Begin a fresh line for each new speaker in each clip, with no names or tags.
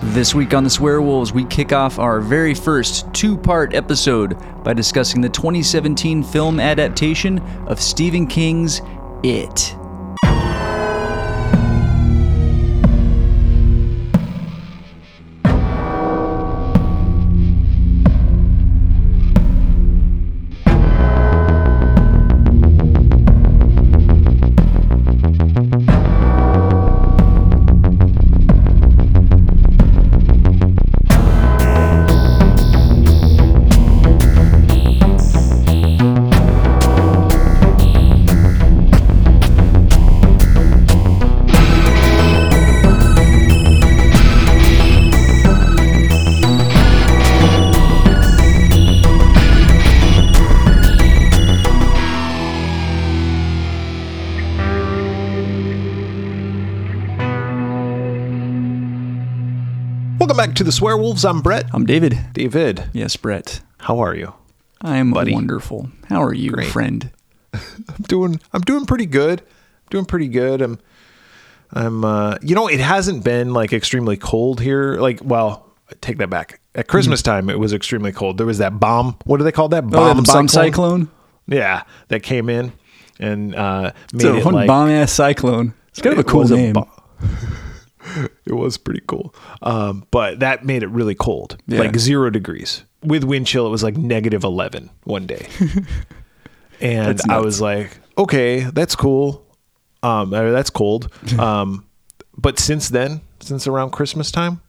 This week on The Swear Wolves, we kick off our very first two part episode by discussing the 2017 film adaptation of Stephen King's It.
Welcome back to the Swearwolves. I'm Brett.
I'm David.
David,
Yes, Brett.
how are you?
I'm wonderful. How are you,
Great.
friend?
I'm doing. I'm doing pretty good. doing pretty good. I'm. I'm. Uh, you know, it hasn't been like extremely cold here. Like, well, I take that back. At Christmas time, it was extremely cold. There was that bomb. What do they call that?
oh, the bomb cyclone?
Yeah, that came in and uh, made
So,
it
one
like
bomb ass cyclone. It's kind of a
It
cool
was a
name.
bo- it was pretty cool. Um, but that made it really cold,
Yeah.
like zero degrees. With wind chill, it was like negative 11 one day. and I was like, okay, that's cool. Um, or that's cold. Um, but since then, since around Christmas time,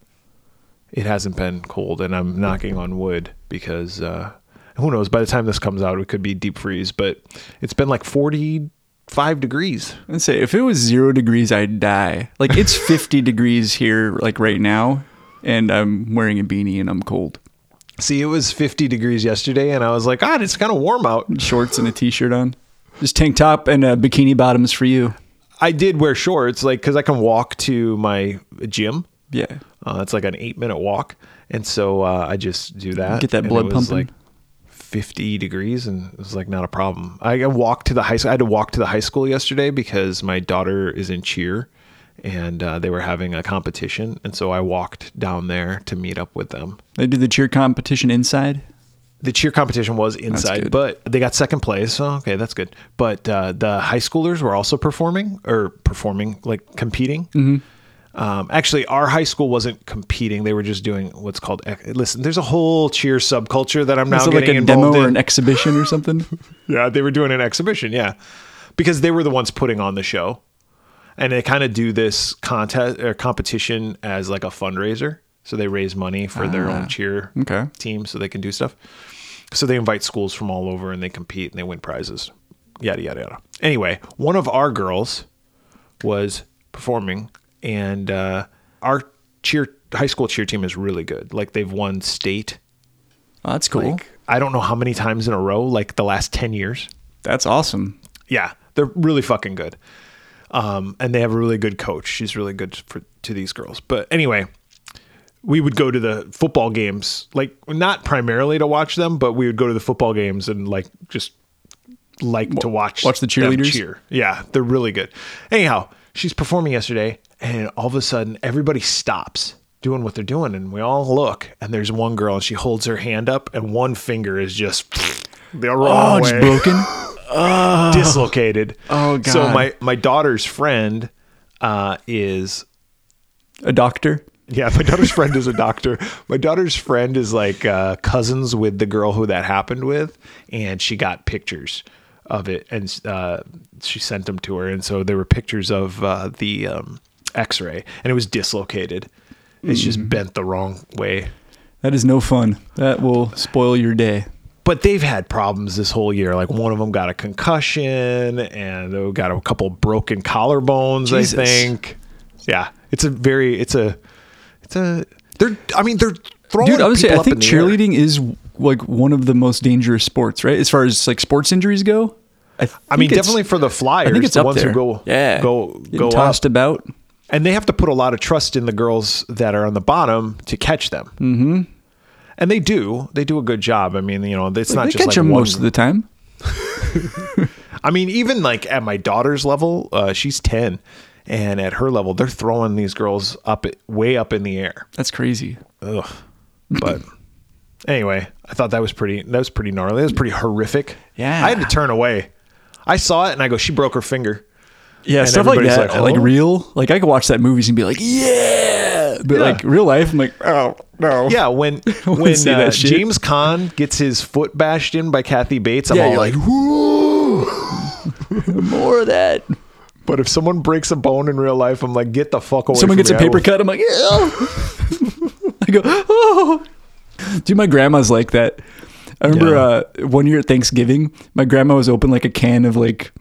it hasn't been cold. And I'm knocking on wood because uh, who knows? By the time this comes out, it could be deep freeze, but it's been like 45 degrees.
I'd say if it was zero degrees, I'd die. Like, it's 50 degrees here, like right now, and I'm wearing a beanie and I'm cold.
See, it was 50 degrees yesterday, and I was like, God, it's kind of warm out.
shorts and a t-shirt on. Just tank top and uh, bikini bottoms for you.
I did wear shorts, like, because I can walk to my gym.
Yeah.
Uh, it's like an eight minute walk. And so uh, I just do that.
Get that
and
blood
it was
pumping.
like 50 degrees, and it was like not a problem. I, I walked to the high school. I had to walk to the high school yesterday because my daughter is in cheer, and uh, they were having a competition. And so I walked down there to meet up with them.
They do the cheer competition inside.
the cheer competition was
good.
inside, but they got second place. So okay, that's good. But uh, the high schoolers were also performing or performing like competing.
Mm-hmm.
Um, actually, our high school wasn't competing; they were just doing what's called. ec- Listen, there's a whole cheer subculture that I'm now
Is it
getting
like a
involved
demo or
in.
an exhibition or something?
yeah, they were doing an exhibition. Yeah, because they were the ones putting on the show, and they kind of do this contest or competition as like a fundraiser. So they raise money for their own cheer
Ah, okay.
team so they can do stuff. So they invite schools from all over and they compete and they win prizes. Yada yada yada. Anyway, one of our girls was performing and uh, our cheer high school cheer team is really good. Like they've won state.
Oh, that's cool.
I don't know how many times in a row, like the last ten years.
that's awesome.
Yeah, they're really fucking good. Um, and they have a really good coach. She's really good for, to these girls. But anyway, we would go to the football games, like not primarily to watch them, but we would go to the football games and like just like to watch
watch the
them
cheerleaders?
cheer. Yeah, they're really good. Anyhow, she's performing yesterday, and all of a sudden, everybody stops doing what they're doing, and we all look, and there's one girl, and she holds her hand up, and one finger is just the
Oh,
wrong
just
way
broken.
dislocated.
Oh,
So
God.
my my daughter's friend uh, is
A doctor.
yeah, my daughter's friend is a doctor. My daughter's friend is like uh, cousins with the girl who that happened with, and she got pictures of it, and uh, she sent them to her, and so there were pictures of uh, the um, X-ray, and it was dislocated. It's just
Mm.
bent the wrong way.
That is no fun. That will spoil your day.
but they've had problems this whole year. Like one of them got a concussion, and they got a couple broken collarbones.
Jesus.
I think. Yeah, it's a very it's a it's a they're I mean they're throwing
Dude, I would say
people
I
up
think
in the air.
cheerleading is like one of the most dangerous sports, right? As far as like sports injuries go. I,
I mean,
think it's-
definitely for the Flyers,
I think it's
the
up
ones
there.
who go
yeah.
go
Getting
go up.
tossed about.
and they have to put a lot of trust in the girls that are on the bottom to catch them. Mm-hmm. And they do. They do a good job. I mean, you know, it's not
they
just
catch
like
them
one
most of the time.
I mean, even like at my daughter's level, uh, she's 10 and at her level, they're throwing these girls up way up in the air.
That's crazy.
Ugh. But anyway, I thought that was pretty. That was pretty gnarly. That was pretty horrific.
Yeah.
I had to turn away. I saw it and I go, she broke her finger.
Yeah,
And
stuff like
everybody's
that.
like,
Like,
"Oh."
real. Like I could watch that movies and be like, yeah, but
Yeah.
like real life, I'm like, oh no.
Yeah, when when
see that
uh,
shit.
James Caan gets his foot bashed in by Kathy Bates, I'm
Yeah,
all
you're
like,
like,
"Whoo!"
more of that.
But if someone breaks a bone in real life, I'm like, get the fuck away.
Someone
from
gets
me.
a
I will
paper cut. I'm like, yeah. I go, oh. Dude, my grandma's like that. I remember uh, one year at Thanksgiving, my grandma was open like a can of like,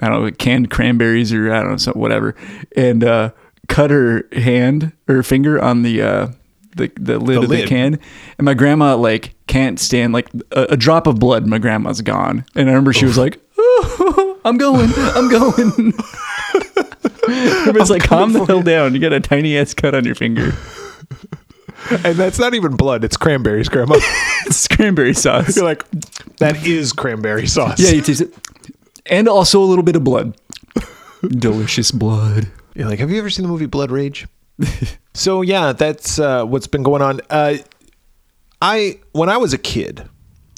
I don't know, like canned cranberries or I don't know, something, whatever, and uh, cut her hand or finger on the. Uh, the, the lid of
lid.
the can and my grandma like can't stand like a, a drop of blood my grandma's gone and i remember she was like oh, i'm going i'm going Everybody's like, calm the hell down. You got a tiny ass cut on your finger.
And that's not even blood, it's cranberries, Grandma.
It's cranberry sauce.
You're like, that is cranberry sauce.
Yeah, you taste it. And also a little bit of blood. Delicious blood.
You're like, have you ever seen the movie Blood Rage? so yeah, that's uh, what's been going on. Uh, I when I was a kid,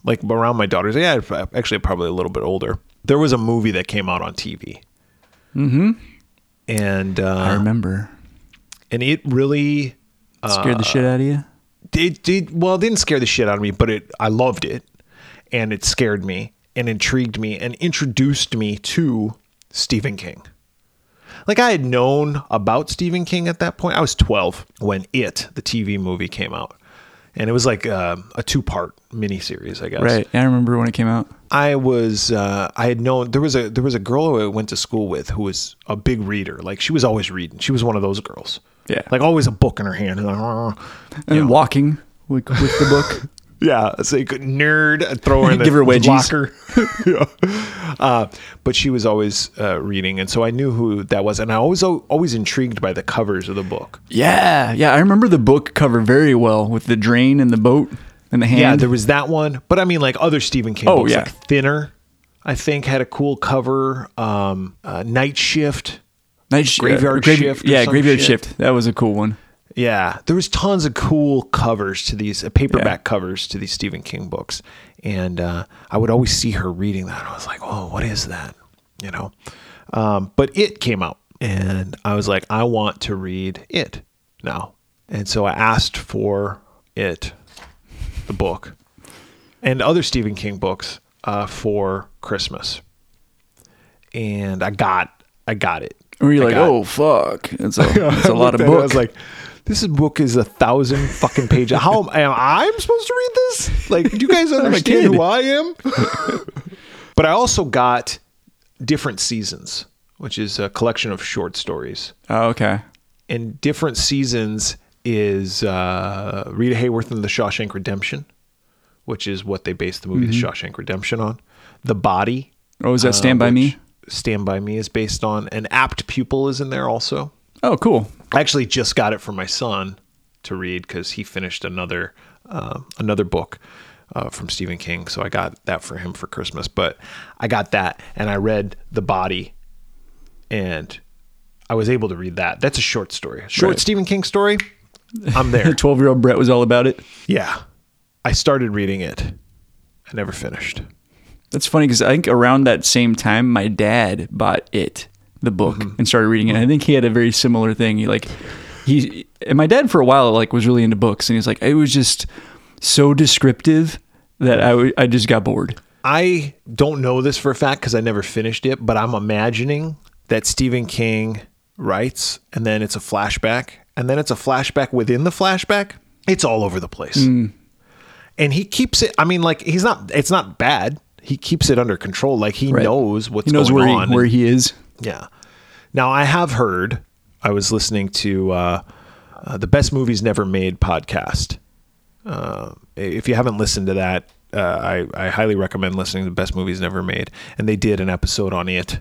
like around my daughter's, yeah, actually probably a little bit older. There was a movie that came out on TV. Mm-hmm. And
I
uh,
remember.
and it really
Scared the shit out of you?
it did well it didn't scare the shit out of me but it i loved it and it scared me and intrigued me and introduced me to stephen king like i had known about stephen king at that point i was 12 when it the tv movie came out and it was like uh, a two-part miniseries i guess
Right. Yeah, I remember when it came out.
I was uh, I had known there was a there was a girl who I went to school with who was a big reader. Like she was always reading. She was one of those girls.
Yeah.
Like always a book in her hand. Like, "Arr."
And walking with, with the book.
Yeah, it's like nerd I'd throw her in the
Give her wedgies.
locker. yeah. uh, but she was always uh, reading, and so I knew who that was, and I was al- always intrigued by the covers of the book.
yeah. Yeah, I remember the book cover very well with the drain and the boat and the hand.
yeah, there was that one, but I mean, like other Stephen King
Oh,
books,
yeah.
like Thinner, I think had a cool cover. Um, uh, Night Shift.
Night sh-
Graveyard
grave-
Shift or
Yeah,
some
Graveyard
shit.
Shift. That was a cool one.
Yeah, there was tons of cool covers to these uh, paperback covers to these Stephen King books, and uh, I would always see her reading that. I was like, "Oh, what is that?" You know. Um, but it came out, and I was like, "I want to read it now," and so I asked for it, the book, and other Stephen King books uh, for Christmas, and I got I got it.
Where you're
I
like,
got-
oh, fuck. That's a, that's a lot of
looked at it, I
book.
was like, this book is a thousand fucking pages. How am, am I supposed to read this? Like, do you guys understand
kid.
who I am? but I also got different seasons, which is a collection of short stories.
oh, okay.
And different seasons is uh, Rita Hayworth and The Shawshank Redemption, which is what they based the movie The Shawshank Redemption on. The Body.
Oh, is that Mm-hmm. Stand
uh,
By
which
Me?
Stand by Me is based on. An apt pupil is in there also.
Oh, cool.
I actually just got it for my son to read because he finished another um another book uh, from Stephen King, so I got that for him for Christmas. But I got that, and I read The Body, and I was able to read that. That's a short story, short
Right.
Stephen King story. I'm there.
12 year old Brett was all about it.
yeah, I started reading it. I never finished.
That's funny because I think around that same time, my dad bought it, the book,
Mm-hmm.
and started reading it. I think he had a very similar thing. He like, he and my dad for a while like was really into books, and he was like, it was just so descriptive that I w- I just got bored.
I don't know this for a fact because I never finished it, but I'm imagining that Stephen King writes and then it's a flashback and then it's a flashback within the flashback. It's all over the place.
Hmm.
And he keeps it, I mean, like, he's not, it's not bad. He keeps it under control. Like, he knows what's
He knows
going
where
on.
he, where he is.
Yeah. Now I have heard. I was listening to uh, uh, the best movies never made podcast. Uh, if you haven't listened to that, uh, I, I highly recommend listening to the best movies never made. And they did an episode on it,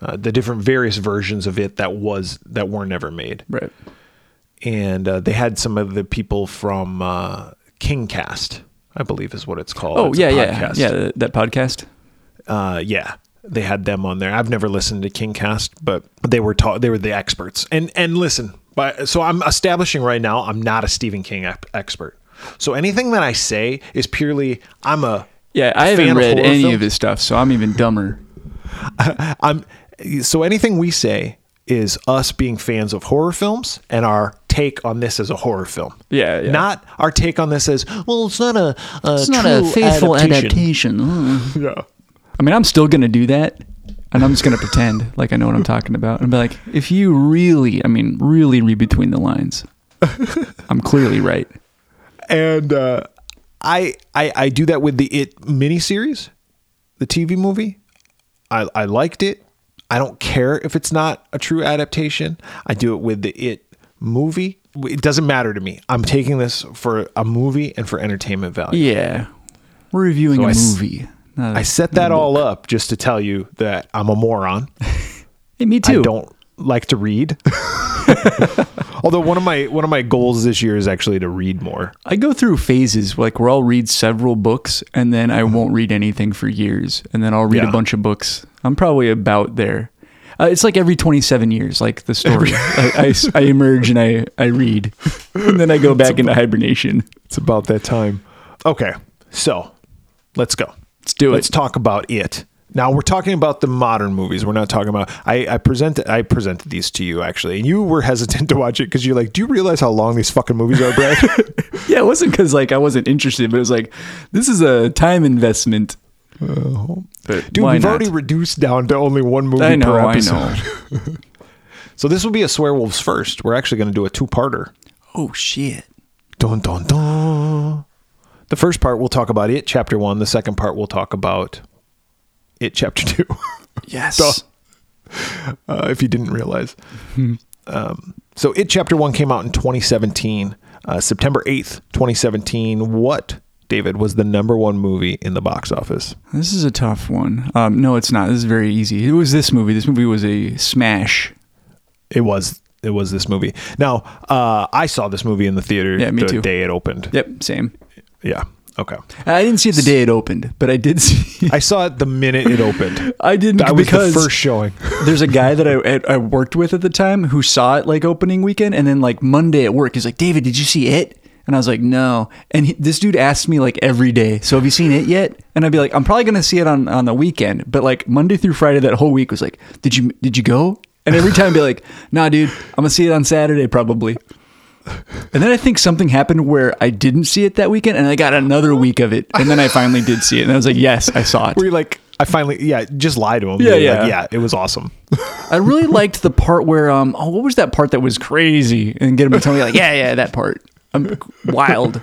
uh, the different various versions of it that was that were never made
Right.
and uh, they had some of the people from uh, Kingcast, I believe is what it's called.
Oh
It's a
yeah, yeah,
podcast.
yeah. That, that podcast.
Uh, yeah. they had them on there. I've never listened to Kingcast, but they were taught they were the experts. And and listen, but so I'm establishing right now I'm not a Stephen King ep- expert. So anything that I say is purely I'm a
Yeah, I haven't
fan of
read
horror
any of
films.
his stuff, so I'm even dumber.
I'm so anything we say is us being fans of horror films and our take on this as a horror film.
Yeah, yeah.
Not our take on this as well. It's not a, a
It's not a
true
faithful
adaptation.
adaptation. Mm.
Yeah.
I mean, I'm still gonna do that, and I'm just gonna pretend like I know what I'm talking about, and be like, if you really, I mean, really read between the lines, I'm clearly right.
and uh, I, I I do that with the It miniseries, the TV movie. I I liked it. I don't care if it's not a true adaptation. I do it with the It movie. It doesn't matter to me. I'm taking this for a movie and for entertainment value.
Yeah, we're reviewing
So
a
I s-
movie. not a-
I set that all up just to tell you that I'm a moron.
Hey, me too.
I don't like to read. Although one of my one of my goals this year is actually to read more.
I go through phases like where I'll read several books and then I won't read anything for years and then I'll read a
Uh-huh. Yeah.
bunch of books. I'm probably about there. Uh, it's like every 27 years, like the story. I, I s- I emerge and I, I read. And then I go back into hibernation.
It's about that time. Okay, so let's go.
Let's do
Let's
it.
talk about it. Now we're talking about the modern movies. We're not talking about. I, I presented. I presented these to you actually, and you were hesitant to watch it because you're like, "Do you realize how long these fucking movies are, Brad?"
yeah, it wasn't because like I wasn't interested, but it was like, this is a time investment. But
Uh, Dude,
why
we've
not?
already reduced down to only one movie
I know,
per
I
episode.
know.
So this will be a Swearwolves first. We're actually going to do a two-parter.
Oh, shit.
Dun dun dun. The first part we'll talk about it, chapter one. The second part we'll talk about it, chapter two.
Yes.
uh, if you didn't realize.
Hmm.
Um, so it chapter one came out in 2017, uh, September 8th, 2017. What David was the number one movie in the box office?
This is a tough one. Um, no, it's not. This is very easy. It was this movie. This movie was a smash.
It was it was this movie. Now uh, I saw this movie in the theater
Yeah, me
the
too.
day it opened.
Yep, same.
Yeah. Okay.
I didn't see it the day it opened, but I did see.
I saw it the minute it opened.
I didn't
That was
because
the first showing.
there's a guy that I at- I worked with at the time who saw it like opening weekend, and then like Monday at work, he's like, "David, did you see it?" And I was like, "No." And he, this dude asked me like every day, "So have you seen it yet?" And I'd be like, "I'm probably gonna see it on on the weekend," but like Monday through Friday that whole week was like, "Did you did you go?" And every time I'd be like, "Nah, dude, I'm gonna see it on Saturday probably." And then I think something happened where I didn't see it that weekend, and I got another week of it, and then I finally did see it, and I was like, "Yes, I saw it."
Were you like, I finally, yeah, just lie to him.
Yeah,
You're
yeah.
like, yeah, it was awesome.
I really liked the part where um oh what was that part that was crazy and get him to tell me like yeah yeah that part I'm wild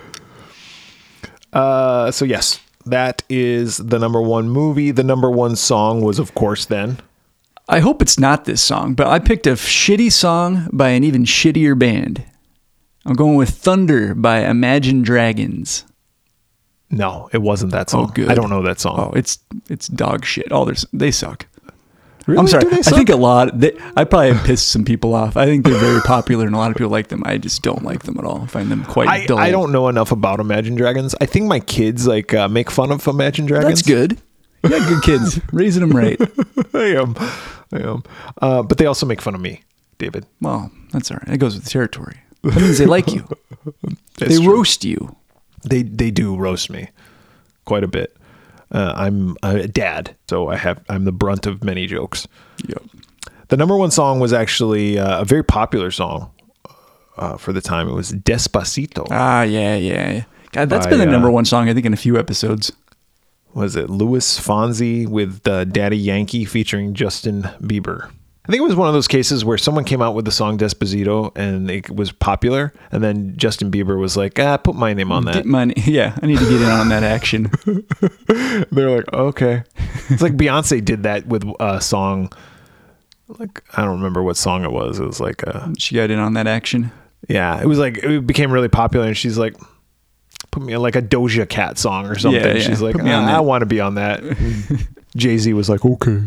Uh, so yes, that is the number one movie. The number one song was, of course, then.
I hope it's not this song but I picked a shitty song by an even shittier band I'm going with Thunder by Imagine Dragons
No, it wasn't that song.
good.
I don't know that
oh
song.
it's it's dog shit oh there's they suck
Really?
I'm sorry
Do they
I
suck?
think a lot they, I probably have pissed some people off I think they're very popular and a lot of people like them I just don't like them at all I find them quite
I,
dull
I don't know enough about Imagine Dragons. I think my kids like uh, make fun of Imagine Dragons.
that's good you got good kids raising them right
I am, I am. Uh, but they also make fun of me, David.
Well, that's all right. That goes with the territory. That means they like you.
That's
they
true.
roast you.
they they do roast me quite a bit. Uh, I'm a dad, so I have I'm the brunt of many jokes.
Yep.
The number one song was actually uh, a very popular song uh, for the time. It was Despacito.
Ah, yeah, yeah. yeah. God, that's
By,
been the
uh,
number one song I think in a few episodes.
Was it Louis Fonzie with uh, Daddy Yankee featuring Justin Bieber? I think it was one of those cases where someone came out with the song Despacito and it was popular, and then Justin Bieber was like, "Ah, put my name on
Get
that."
money. Yeah, I need to get in on that action.
They're like, "Okay." it's like Beyonce did that with uh, a song. Like I don't remember what song it was. It was like uh, a
She got in on that action.
Yeah, it was like it became really popular, and she's like, put me on like a Doja Cat song or something.
Yeah, yeah.
She's like,
Put me on
"Ah, I
that."
want to be on that. Jay Z was like, okay.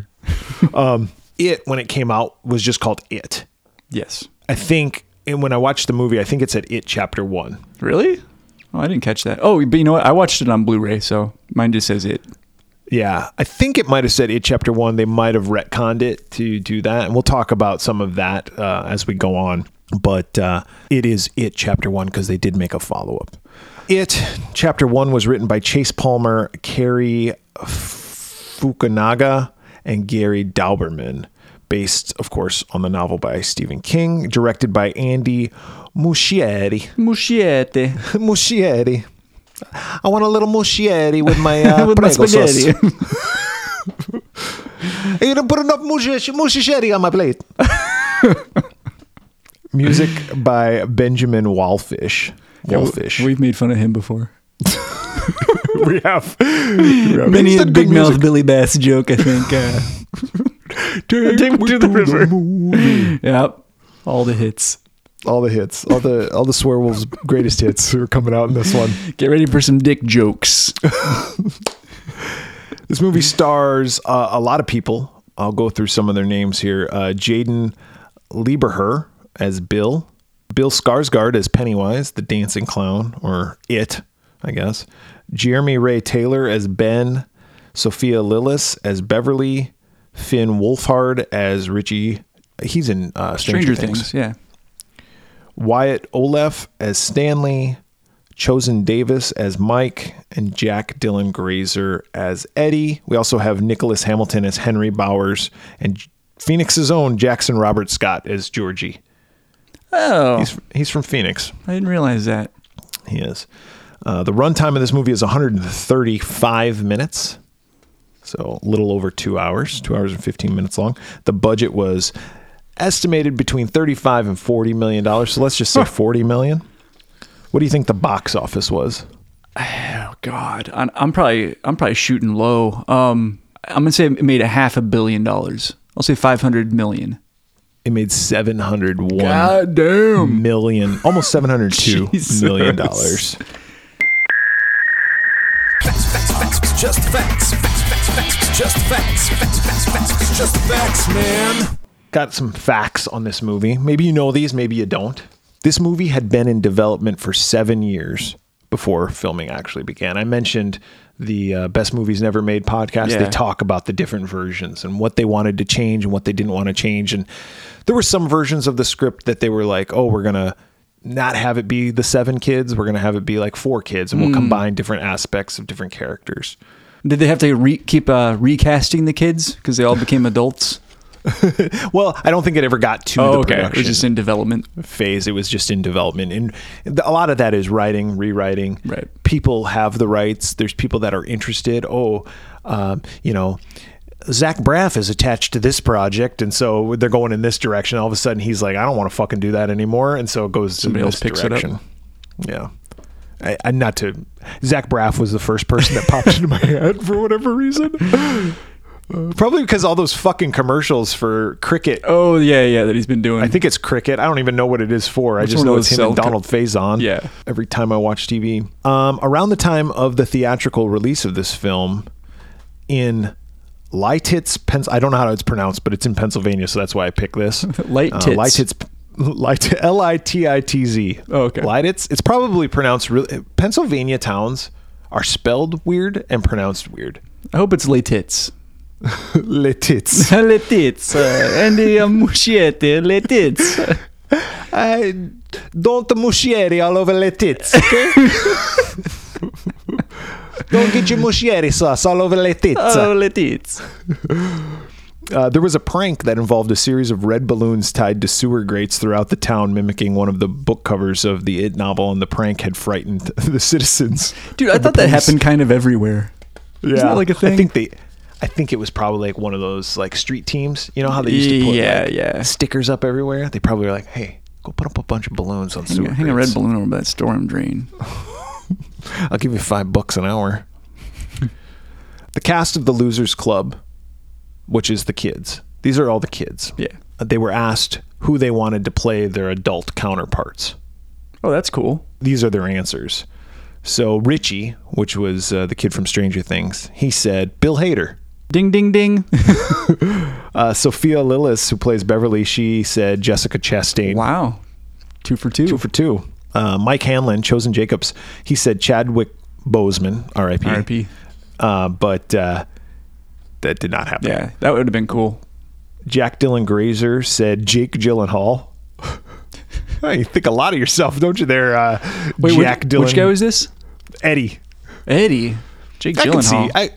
um, it when it came out was just called It.
Yes.
I think, and when I watched the movie, I think it said It Chapter One.
Really? Oh, I didn't catch that. Oh, but you know what? I watched it on Blu-ray, so mine just says it.
Yeah, I think it might have said it chapter one. They might have retconned it to do that, and we'll talk about some of that uh, as we go on. But uh, it is it chapter one because they did make a follow up. It chapter one was written by Chase Palmer, Carrie Fukunaga, and Gary Dauberman, based, of course, on the novel by Stephen King, directed by Andy Muschietti.
Musciette.
Muschietti. I want a little muschietti with my uh,
With my
prego sauce.
spaghetti.
You didn't put enough mushi- mushisheri on my plate. Music by Benjamin Wallfish. Wallfish.
We've made fun of him before.
we have.
Many
It's
a
not
big
good music.
mouth Billy Bass joke, I think. Uh,
Take me to the river.
yep. All the hits.
All the hits, all the all the Swearwolves' greatest hits are coming out in this one.
Get ready for some dick jokes.
This movie stars uh, a lot of people. I'll go through some of their names here. Uh, Jaden Lieberher as Bill, Bill Skarsgård as Pennywise, the dancing clown, or it, I guess. Jeremy Ray Taylor as Ben, Sophia Lillis as Beverly, Finn Wolfhard as Richie. He's in uh, Stranger,
Stranger
Things.
Things. Yeah.
Wyatt Olaf as Stanley, Chosen Davis as Mike, and Jack Dylan Grazer as Eddie. We also have Nicholas Hamilton as Henry Bowers, and Phoenix's own Jackson Robert Scott as Georgie.
Oh,
He's, he's from Phoenix.
I didn't realize that.
He is. Uh, the runtime of this movie is 135 minutes. So a little over two hours, two hours and 15 minutes long. The budget was estimated between 35 and 40 million dollars. So let's just say 40 million. What do you think the box office was?
Oh God, I'm, I'm probably I'm probably shooting low. Um, I'm gonna say it made a half a billion dollars. I'll say five hundred million.
It made 701
damn!
million, almost 702
Jesus.
million dollars.
Just facts. Facts, facts, facts. Just facts. Facts, facts, facts. Just facts, man.
got some facts on this movie. Maybe you know these, maybe you don't. This movie had been in development for seven years before filming actually began. I mentioned the uh, Best Movies Never Made podcast.
Yeah.
They talk about the different versions and what they wanted to change and what they didn't want to change. And there were some versions of the script that they were like, oh, we're going to not have it be the seven kids. We're going to have it be like four kids
Hmm.
and we'll combine different aspects of different characters.
Did they have to re- keep uh, recasting the kids because they all became adults?
Well, I don't think it ever got to the
Oh, It
production.
was just in development.
phase. It was just in development, and th- a lot of that is writing, rewriting.
Right.
People have the rights. There's people that are interested. Oh, um, you know, Zach Braff is attached to this project, and so they're going in this direction. All of a sudden, he's like, I don't want to fucking do that anymore, and so it goes to
Somebody
this
else picks it up.
direction. Yeah. I, I, not to Zach Braff was the first person that popped into my head for whatever reason. Uh, probably because all those fucking commercials for cricket
Oh yeah, yeah, that he's been doing.
I think it's cricket. I don't even know what it is for. I just
one
know
of
it's
those
him and
cell co-
Donald Faison.
Yeah.
Every time I watch TV. Um, around the time of the theatrical release of this film in Leititz, Pens- I don't know how it's pronounced, but it's in Pennsylvania, so that's why I picked this. Uh,
Leititz.
Leititz. Leit- L I T I T Z.
Oh, okay.
Leititz. It's probably pronounced really. Pennsylvania towns are spelled weird and pronounced weird.
I hope it's late tits.
Leititz.
late tits. Uh, Andy um, Muschietti, late tits.
I Eh, don't mushieri all over le tits, okay? don't get your mushieri sauce all over le tits.
Oh, late tits.
Uh, there was a prank that involved a series of red balloons tied to sewer grates throughout the town, mimicking one of the book covers of the It novel, and the prank had frightened the citizens.
Dude, I
of the
thought that
police.
happened kind of everywhere.
Yeah,
that like a
I
thing?
think they. I think it was probably like one of those like street teams. You know how they used to put
Yeah,
like,
yeah.
stickers up everywhere. They probably were like, "Hey, go put up a bunch of balloons on sewer
Hang, a- hang a
grates."
red balloon over that storm drain.
I'll give you five bucks an hour. the cast of the Losers Club, which is the kids. These are all the kids.
Yeah.
Uh, They were asked who they wanted to play their adult counterparts.
Oh, that's cool.
These are their answers. So Richie, which was uh, the kid from Stranger Things, he said Bill Hader.
Ding, ding, ding.
Uh, Sophia Lillis, who plays Beverly, she said Jessica Chastain.
wow. Two for two.
Two for two. Uh, Mike Hanlon, Chosen Jacobs, he said Chadwick Boseman, R.I.P.
RIP.
Uh, but uh, that did not happen.
Yeah, that would have been cool.
Jack Dylan Grazer said Jake Gyllenhaal. you think a lot of yourself, don't you? There, uh,
Wait, which-
Jack
which,
Dylan.
guy was this?
Eddie?
Eddie. Jake
I could
Gyllenhaal.
see. I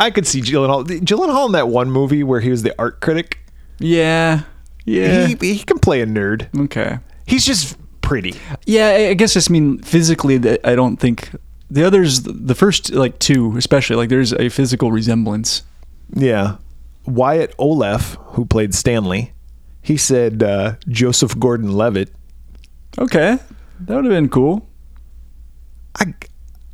I could see Gyllenhaal. Gyllenhaal in that one movie where he was the art critic.
yeah. Yeah.
He, he can play a nerd.
okay.
He's just pretty.
Yeah, I I guess just mean physically. That I don't think the others, the first like two, especially like there's a physical resemblance.
Yeah. Wyatt Olaf, who played Stanley, he said uh, Joseph Gordon-Levitt.
Okay, that would have been cool.
I,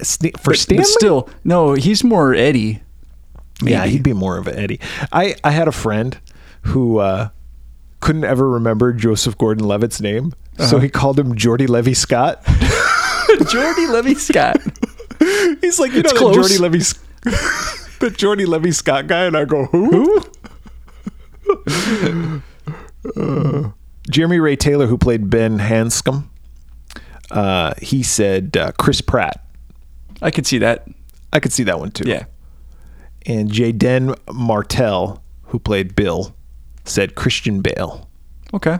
Stan- for
But-
Stanley,
but still, no, he's more Eddie.
yeah, he'd be more of an Eddie. I I had a friend who uh, couldn't ever remember Joseph Gordon-Levitt's name,
Uh-huh.
so he called him Jordy Levy Scott.
Jordy Levy Scott.
He's like, you
It's
know,
close.
the Jordy Levy, Sc- the Jordy Levy Scott guy, and I go, who? Who? Jeremy Ray Taylor, who played Ben Hanscom, uh, he said uh, Chris Pratt.
I could see that.
I could see that one too.
Yeah.
And Jaden Martell, who played Bill, said Christian Bale.
Okay,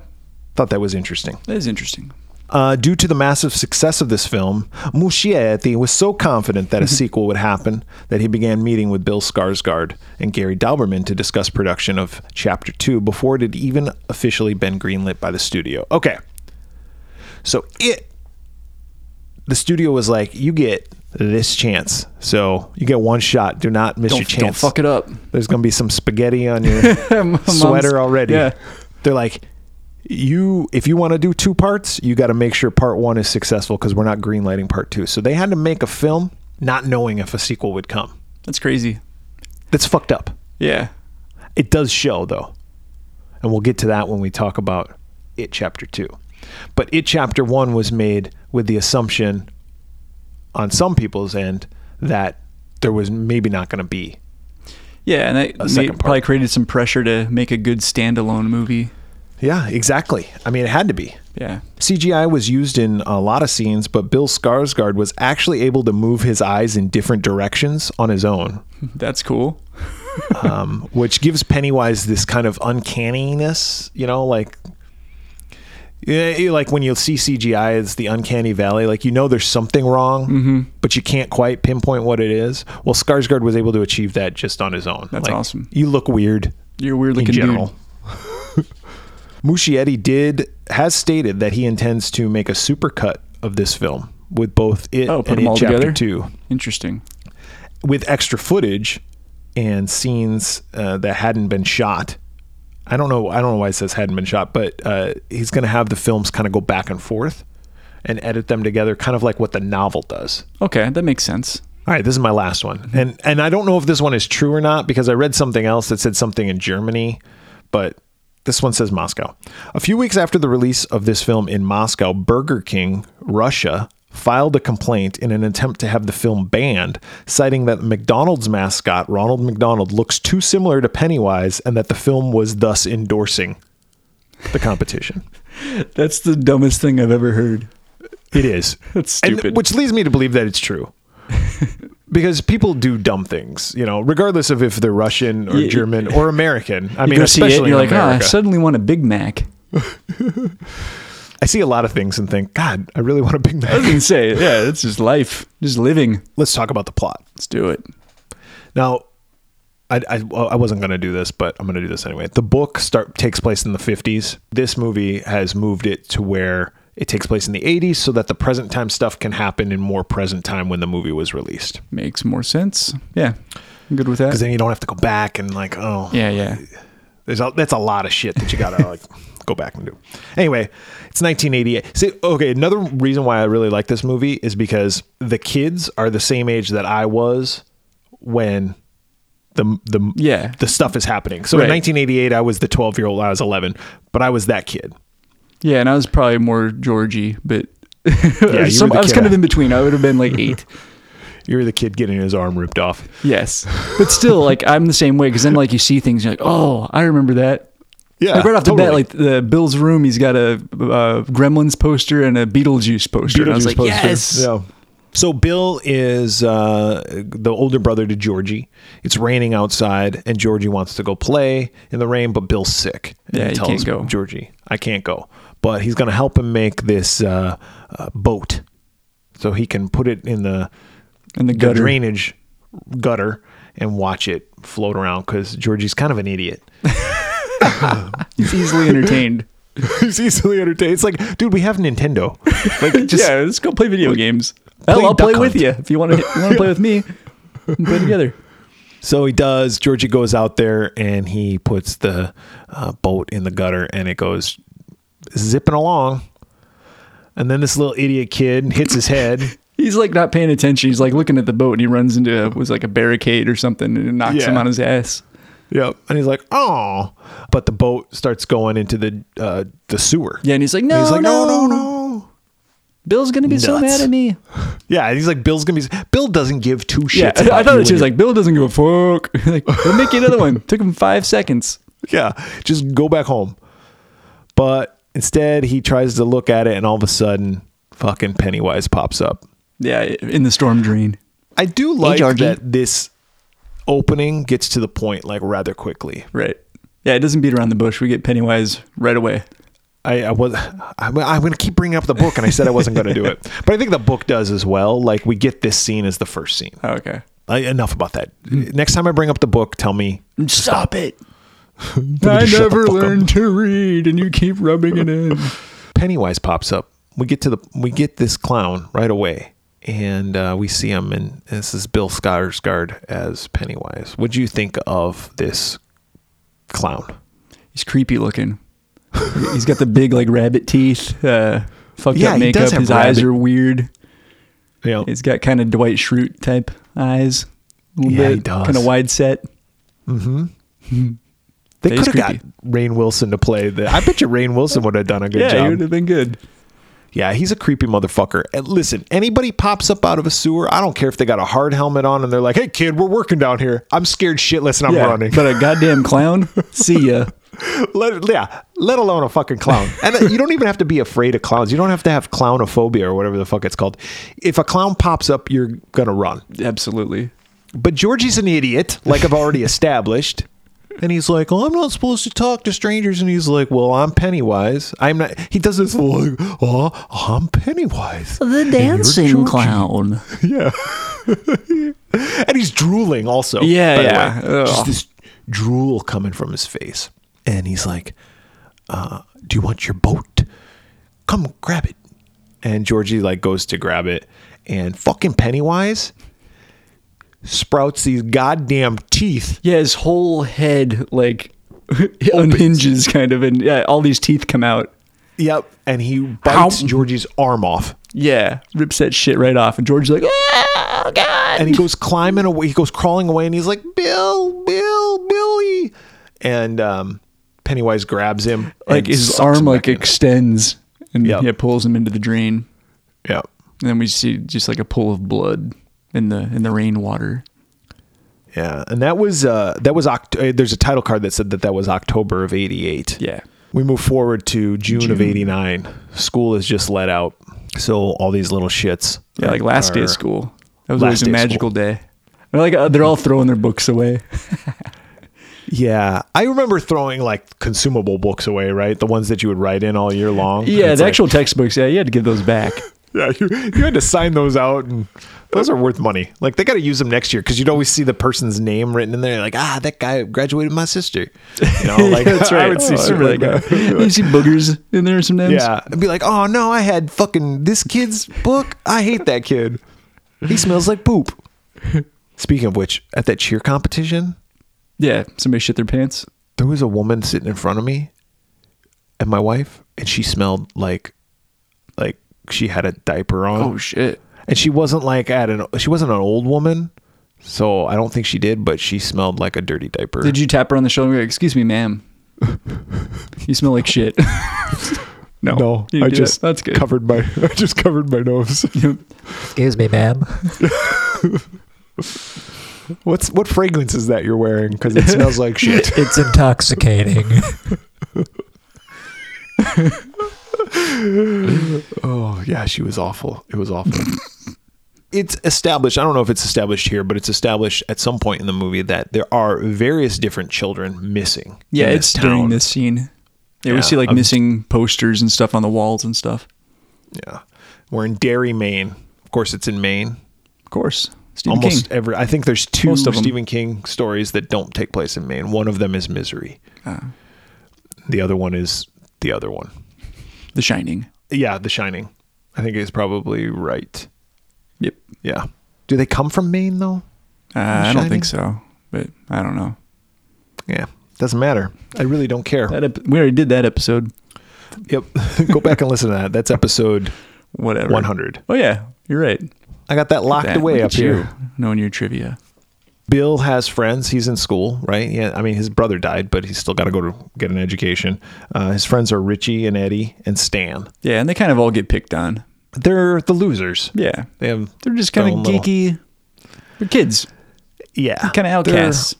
Thought that was interesting.
that is interesting.
Uh, due to the massive success of this film, Muschietti was so confident that a sequel would happen that he began meeting with Bill Skarsgård and Gary Dauberman to discuss production of Chapter 2 before it had even officially been greenlit by the studio. Okay. So it, the studio was like, you get this chance. So you get one shot. Do not miss your
Don't,
chance.
don't fuck it up.
There's going to be some spaghetti on your
Mom's-
sweater already.
Yeah.
They're like, you if you want to do two parts, you got to make sure part one is successful because we're not greenlighting part two. So they had to make a film not knowing if a sequel would come.
That's crazy.
That's fucked up.
Yeah.
It does show though, and we'll get to that when we talk about it chapter two. But it chapter one was made with the assumption on some people's end that there was maybe not going to be
Yeah, and that may-
second part.
probably created some pressure to make a good standalone movie.
Yeah, exactly. I mean, it had to be.
Yeah.
CGI was used in a lot of scenes, but Bill Skarsgård was actually able to move his eyes in different directions on his own,
That's cool.
um, which gives Pennywise this kind of uncanniness. You know, like yeah, you- like when you see CGI, it's the uncanny valley. Like you know, there's something wrong,
Mm-hmm.
but you can't quite pinpoint what it is. Well, Skarsgård was able to achieve that just on his own.
That's
Like,
awesome.
You look weird
You're a weird
in
looking
general. Muschietti did has stated that he intends to make a supercut of this film with both it
Oh, put
and
them
It
all
chapter
together?
two,
dude. Interesting.
with extra footage and scenes uh, that hadn't been shot. I don't know. I don't know why it says hadn't been shot, but uh, he's going to have the films kind of go back and forth and edit them together, kind of like what the novel does.
Okay, that makes sense.
All right, this is my last one,
Mm-hmm.
and and I don't know if this one is true or not because I read something else that said something in Germany, but this one says Moscow. A few weeks after the release of this film in Moscow, Burger King Russia filed a complaint in an attempt to have the film banned, citing that McDonald's mascot Ronald McDonald looks too similar to Pennywise, and that the film was thus endorsing the competition.
That's the dumbest thing I've ever heard.
It is.
That's
And-
stupid.
which leads me to believe that it's true. because people do dumb things, you know, regardless of if they're Russian or
Yeah.
German or American. I mean,
you go see it, and
especially
you're
in
like, ah, I
America.
suddenly want a Big Mac.
I see a lot of things and think, God, I really want a Big
I was
Mac.
gonna say, yeah, that's just life, just living.
Let's talk about the plot.
Let's do it.
Now, I, I, well, I wasn't going to do this, but I'm going to do this anyway. The book start takes place in the 50s. This movie has moved it to where it takes place in the 80s so that the present time stuff can happen in more present time when the movie was released.
Makes more sense. Yeah, I'm good with that.
Because then you don't have to go back and, like, oh,
yeah, yeah.
There's a, that's a lot of shit that you gotta like go back and do. Anyway, it's 1988. See, okay, another reason why I really like this movie is because the kids are the same age that I was when the the
Yeah.
the stuff is happening. So
Right.
in 1988, I was the 12 year old. I was 11, but I was that kid.
Yeah, and I was probably more Georgie, but
were
some,
the
I was
kid
kind of
I-
in between. I would have been like eight.
You're the kid getting his arm ripped off.
yes, but still, like I'm the same way because then like you see things, you're like, oh, I remember that.
Yeah,
like right off the
totally.
bat, like the Bill's room, he's got a, uh Gremlins poster and a Beetlejuice poster. and I was
Beetlejuice
like,
posters.
yes,
Yeah. So Bill is uh, the older brother to Georgie. It's raining outside, and Georgie wants to go play in the rain, but Bill's sick. And
Yeah,
he
you
tells
can't go.
Georgie, I can't go, but he's going to help him make this uh, uh, boat, so he can put it in the
And the
the
gutter.
drainage gutter and watch it float around because Georgie's kind of an idiot.
He's easily entertained.
He's easily entertained. It's like, dude, we have Nintendo. Like, just
yeah, let's go play video games.
Play
Hell, I'll
Duck
play with
Hunt.
you if you want to. You want to play with me? We can play together.
So he does. Georgie goes out there and he puts the uh, boat in the gutter and it goes zipping along. And then this little idiot kid hits his head.
He's like not paying attention. He's like looking at the boat, and he runs into a, was like a barricade or something, and it knocks
Yeah.
him on his ass.
yep. And he's like, oh. But the boat starts going into the uh, the sewer.
Yeah, and he's like, no,
And he's like,
no,
no, no, no.
Bill's gonna be so
Nuts.
mad at me.
Yeah. And he's like, Bill's going to be. Bill doesn't give two shits.
Yeah, I
about
thought that
you
she
and
was
your-
like, Bill doesn't give a fuck. like, we'll make you another one. Took him five seconds.
yeah, just go back home. But instead, he tries to look at it and all of a sudden, fucking Pennywise pops up.
Yeah, in the storm drain.
I do like
Georgie.
that this opening gets to the point like rather quickly.
Right. Yeah, it doesn't beat around the bush. We get Pennywise right away.
I, I was I'm, I'm going to keep bringing up the book, and I said I wasn't going to do it, but I think the book does as well. Like we get this scene as the first scene.
Oh, okay.
I, enough about that. Next time I bring up the book, tell me.
Stop it. I
Shut the
never
fuck up.
learned to read, and you keep rubbing it in.
Pennywise pops up. We get to the we get this clown right away, and uh, we see him. And this is Bill Skarsgård as Pennywise. What do you think of this clown?
He's creepy looking. He's got the big like rabbit teeth, uh, fucked
Yeah,
up
he
makeup.
does have
His eyes
rabbit-
are weird.
Yeah,
He's got kind of Dwight Schrute type eyes. A little
Yeah,
bit,
he does.
Kind of wide set.
they
he's
could have got
creepy.
Rain Wilson to play. The, I bet you Rain Wilson would have done a good
yeah, he would
job.
have been good.
Yeah, he's a creepy motherfucker. And listen, anybody pops up out of a sewer, I don't care if they got a hard helmet on and they're like, "Hey kid, we're working down here. I'm scared shitless and I'm
yeah,
running."
but a goddamn clown. See ya.
let, yeah, let alone a fucking clown. And uh, you don't even have to be afraid of clowns. You don't have to have clownophobia or whatever the fuck it's called. If a clown pops up, you're going to run.
Absolutely.
But Georgie's an idiot, like I've already established. And he's like, "Well, I'm not supposed to talk to strangers." And he's like, "Well, I'm Pennywise. I'm not." He does this like, "Oh, I'm Pennywise."
The dancing clown.
Yeah. and he's drooling also.
Yeah,
by the
yeah.
way. Just
Ugh.
this drool coming from his face. And he's like, uh, do you want your boat? Come grab it. And Georgie like goes to grab it. And fucking Pennywise sprouts these goddamn teeth.
Yeah, his whole head like unhinges kind of, and yeah, all these teeth come out.
Yep. And he bites
Ow.
Georgie's arm off.
Yeah, rips that shit right off, and George's like, "Oh God!"
and he goes climbing away. He goes crawling away, and he's like, "Bill, Bill, Billy," and um, Pennywise grabs him,
like
and
his
sucks
arm
him
like
back in.
extends and
Yep.
yeah, pulls him into the drain.
yeah,
And then we see just like a pool of blood in the in the rainwater.
yeah. And that was uh, that was Oct- uh, there's a title card that said that that was October of '88.
Yeah.
We move forward to June, of '89. School is just let out, so all these little shits.
Yeah, like last day
are-
of school. That was
Last
always a
day of
magical day. And like uh, they're all throwing their books away.
Yeah, I remember throwing like consumable books away, right? The ones that you would write in all year long.
Yeah,
It's
the
like-
actual textbooks. Yeah, you had to give those back.
Yeah, you, you had to sign those out, and those are worth money. Like they got to use them next year because you'd always see the person's name written in there. Like, ah, that guy graduated my sister. You know, like
That's right.
I would see
Oh,
shit
like,
like that.
uh, you see boogers in there sometimes.
Yeah, I'd be like, oh no, I had fucking this kid's book. I hate that kid. He smells like poop. Speaking of which, at that cheer competition,
Yeah. Somebody shit their pants.
there was a woman sitting in front of me, and my wife, and she smelled like, like she had a diaper on.
Oh shit.
and she wasn't like at an she wasn't an old woman so i don't think she did but she smelled like a dirty diaper
Did you tap her on the shoulder and be like, excuse me, ma'am? you smell like shit. no.
no
You
i
do
just
that. that's good.
covered my i just covered my nose
Excuse me, ma'am.
what's what fragrance is that you're wearing because it smells like shit
It's intoxicating.
oh yeah she was awful it was awful it's established. I don't know if it's established here, but it's established at some point in the movie that there are various different children missing.
Yeah,
in
it's during this scene. Yeah,
Yeah,
we see like
I'm-
missing posters and stuff on the walls and stuff.
Yeah, we're in Derry, Maine. Of course, it's in Maine.
Of course, Stephen
Almost
King.
every. I think there's two
Most of 'em.
Stephen King stories that don't take place in Maine. One of them is Misery. The other one is the other one.
The Shining.
Yeah, The Shining. I think is probably right.
Yep.
Yeah. Do they come from Maine though?
Uh, I don't think so, but I don't know.
Yeah. Doesn't matter. I really don't care.
That ep- we already did that episode.
Yep. Go back and listen to that. That's episode
Whatever.
100.
Oh yeah, you're right.
I got that locked
That-
away
look
up
at you,
here.
knowing your trivia.
Bill has friends. He's in school, right? Yeah. I mean, his brother died, but he's still got to go to get an education. Uh, his friends are Richie and Eddie and Stan.
Yeah, and they kind of all get picked on.
They're the losers.
Yeah,
They have
they're just
their
kind of
own little-
geeky. They're kids,
yeah.
kind of
They're-
outcasts.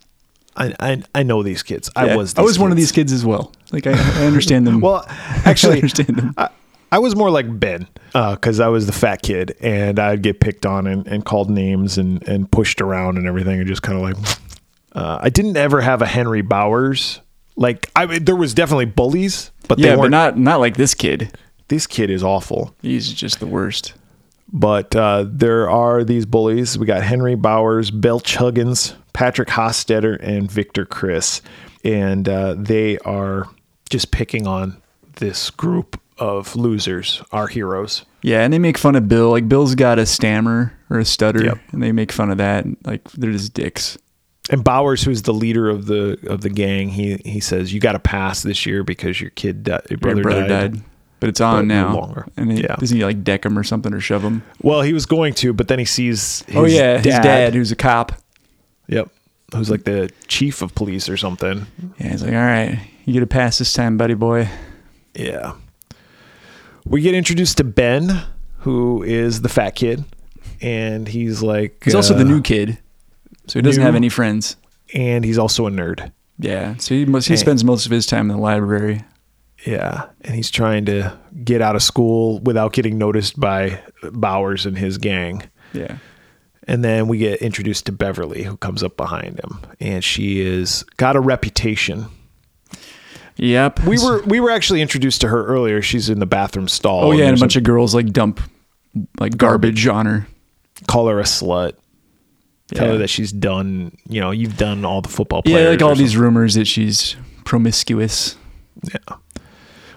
I, I, I know these kids.
Yeah,
I was
I was one of
kids.
these kids as well. Like I, I understand them.
Well,
I
actually,
understand them.
I, I was more like Ben because I was the fat kid and I'd get picked on and, and called names and, and pushed around and everything and just kind of like uh, I didn't ever have a Henry Bowers. Like I mean, there was definitely bullies, but
yeah,
they
but
weren't.
not not like this kid.
this kid is awful.
He's just the worst.
But uh, there are these bullies. We got Henry Bowers, Belch Huggins, Patrick Hostetter, and Victor Chris, and uh, they are just picking on this group of losers, our heroes.
Yeah, and they make fun of Bill. Like Bill's got a stammer or a stutter,
Yep.
and they make fun of that. And, like they're just dicks.
And Bowers, who's the leader of the of the gang, he he says you got to pass this year because your kid di- your brother,
Your brother died. but it's on
But
now.
no longer.
And he,
Yeah.
doesn't he like deck him or something or shove him?
Well, he was going to, but then he sees his
oh yeah,
dad,
his dad who's a cop.
Yep, who's like the chief of police or something.
Yeah, he's like, all right, you get a pass this time, buddy boy.
Yeah. We get introduced to Ben, who is the fat kid, and he's like
He's also the
uh,
new kid, so he doesn't
new-
have any friends.
and he's also a nerd.
Yeah, so he must, he
Hey.
spends most of his time in the library.
Yeah, and he's trying to get out of school without getting noticed by Bowers and his gang.
Yeah,
And then we get introduced to Beverly, who comes up behind him, and she is got a reputation.
yep.
We were we were actually introduced to her earlier. She's in the bathroom stall.
Oh yeah, and a
there's
bunch of girls like dump like garbage on her.
call her a slut. Tell
Yeah.
her that she's done. You know, you've done all the football. Players
Yeah, like
or
all these rumors that she's promiscuous.
something. Yeah.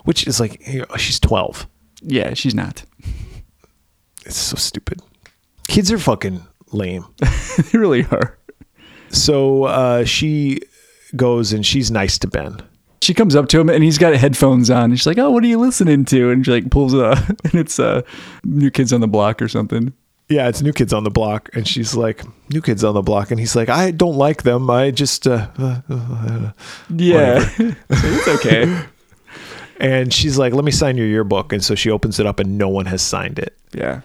Which is like you know, she's twelve.
Yeah, she's not.
It's so stupid. Kids are fucking lame.
they really are.
so uh, she goes and she's nice to Ben.
She comes up to him and he's got headphones on. And she's like, "Oh, what are you listening to?" And she like pulls a and it's uh, New Kids on the Block or something.
yeah, it's New Kids on the Block, and she's like, New Kids on the Block, and he's like, I don't like them. I just, uh, uh, uh, uh."
Yeah, So it's okay.
and she's like, let me sign your yearbook, and so she opens it up, and no one has signed it,
yeah,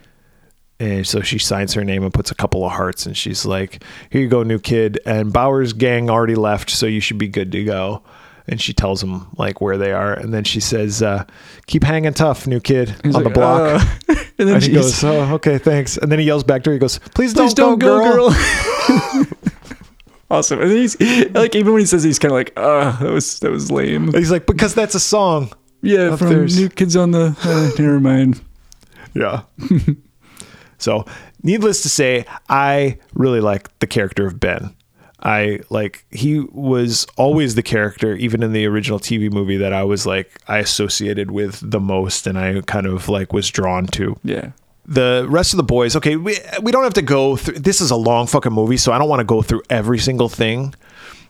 and so she signs her name and puts a couple of hearts, and she's like, here you go, new kid, and Bauer's gang already left, so you should be good to go, and she tells him like where they are, and then she says, uh, keep hanging tough, new kid
He's
on
like,
the block.
"Uh," and then
and
she
he goes, oh, okay, thanks. And then he yells back to her. He goes, please,
"Please
don't, go, girl.
awesome. And then he's like, even when he says, it, he's kind of like, "Ah, that was that was lame."
He's like, because that's a song.
Yeah,
Up
from
there's-
New Kids on the. Uh, never mind.
Yeah. so, needless to say, I really like the character of Ben. I like he was always the character, even in the original TV movie, that I was like I associated with the most, and I kind of like was drawn to.
Yeah,
The rest of the boys, okay, we we don't have to go through. This is a long fucking movie, so I don't want to go through every single thing,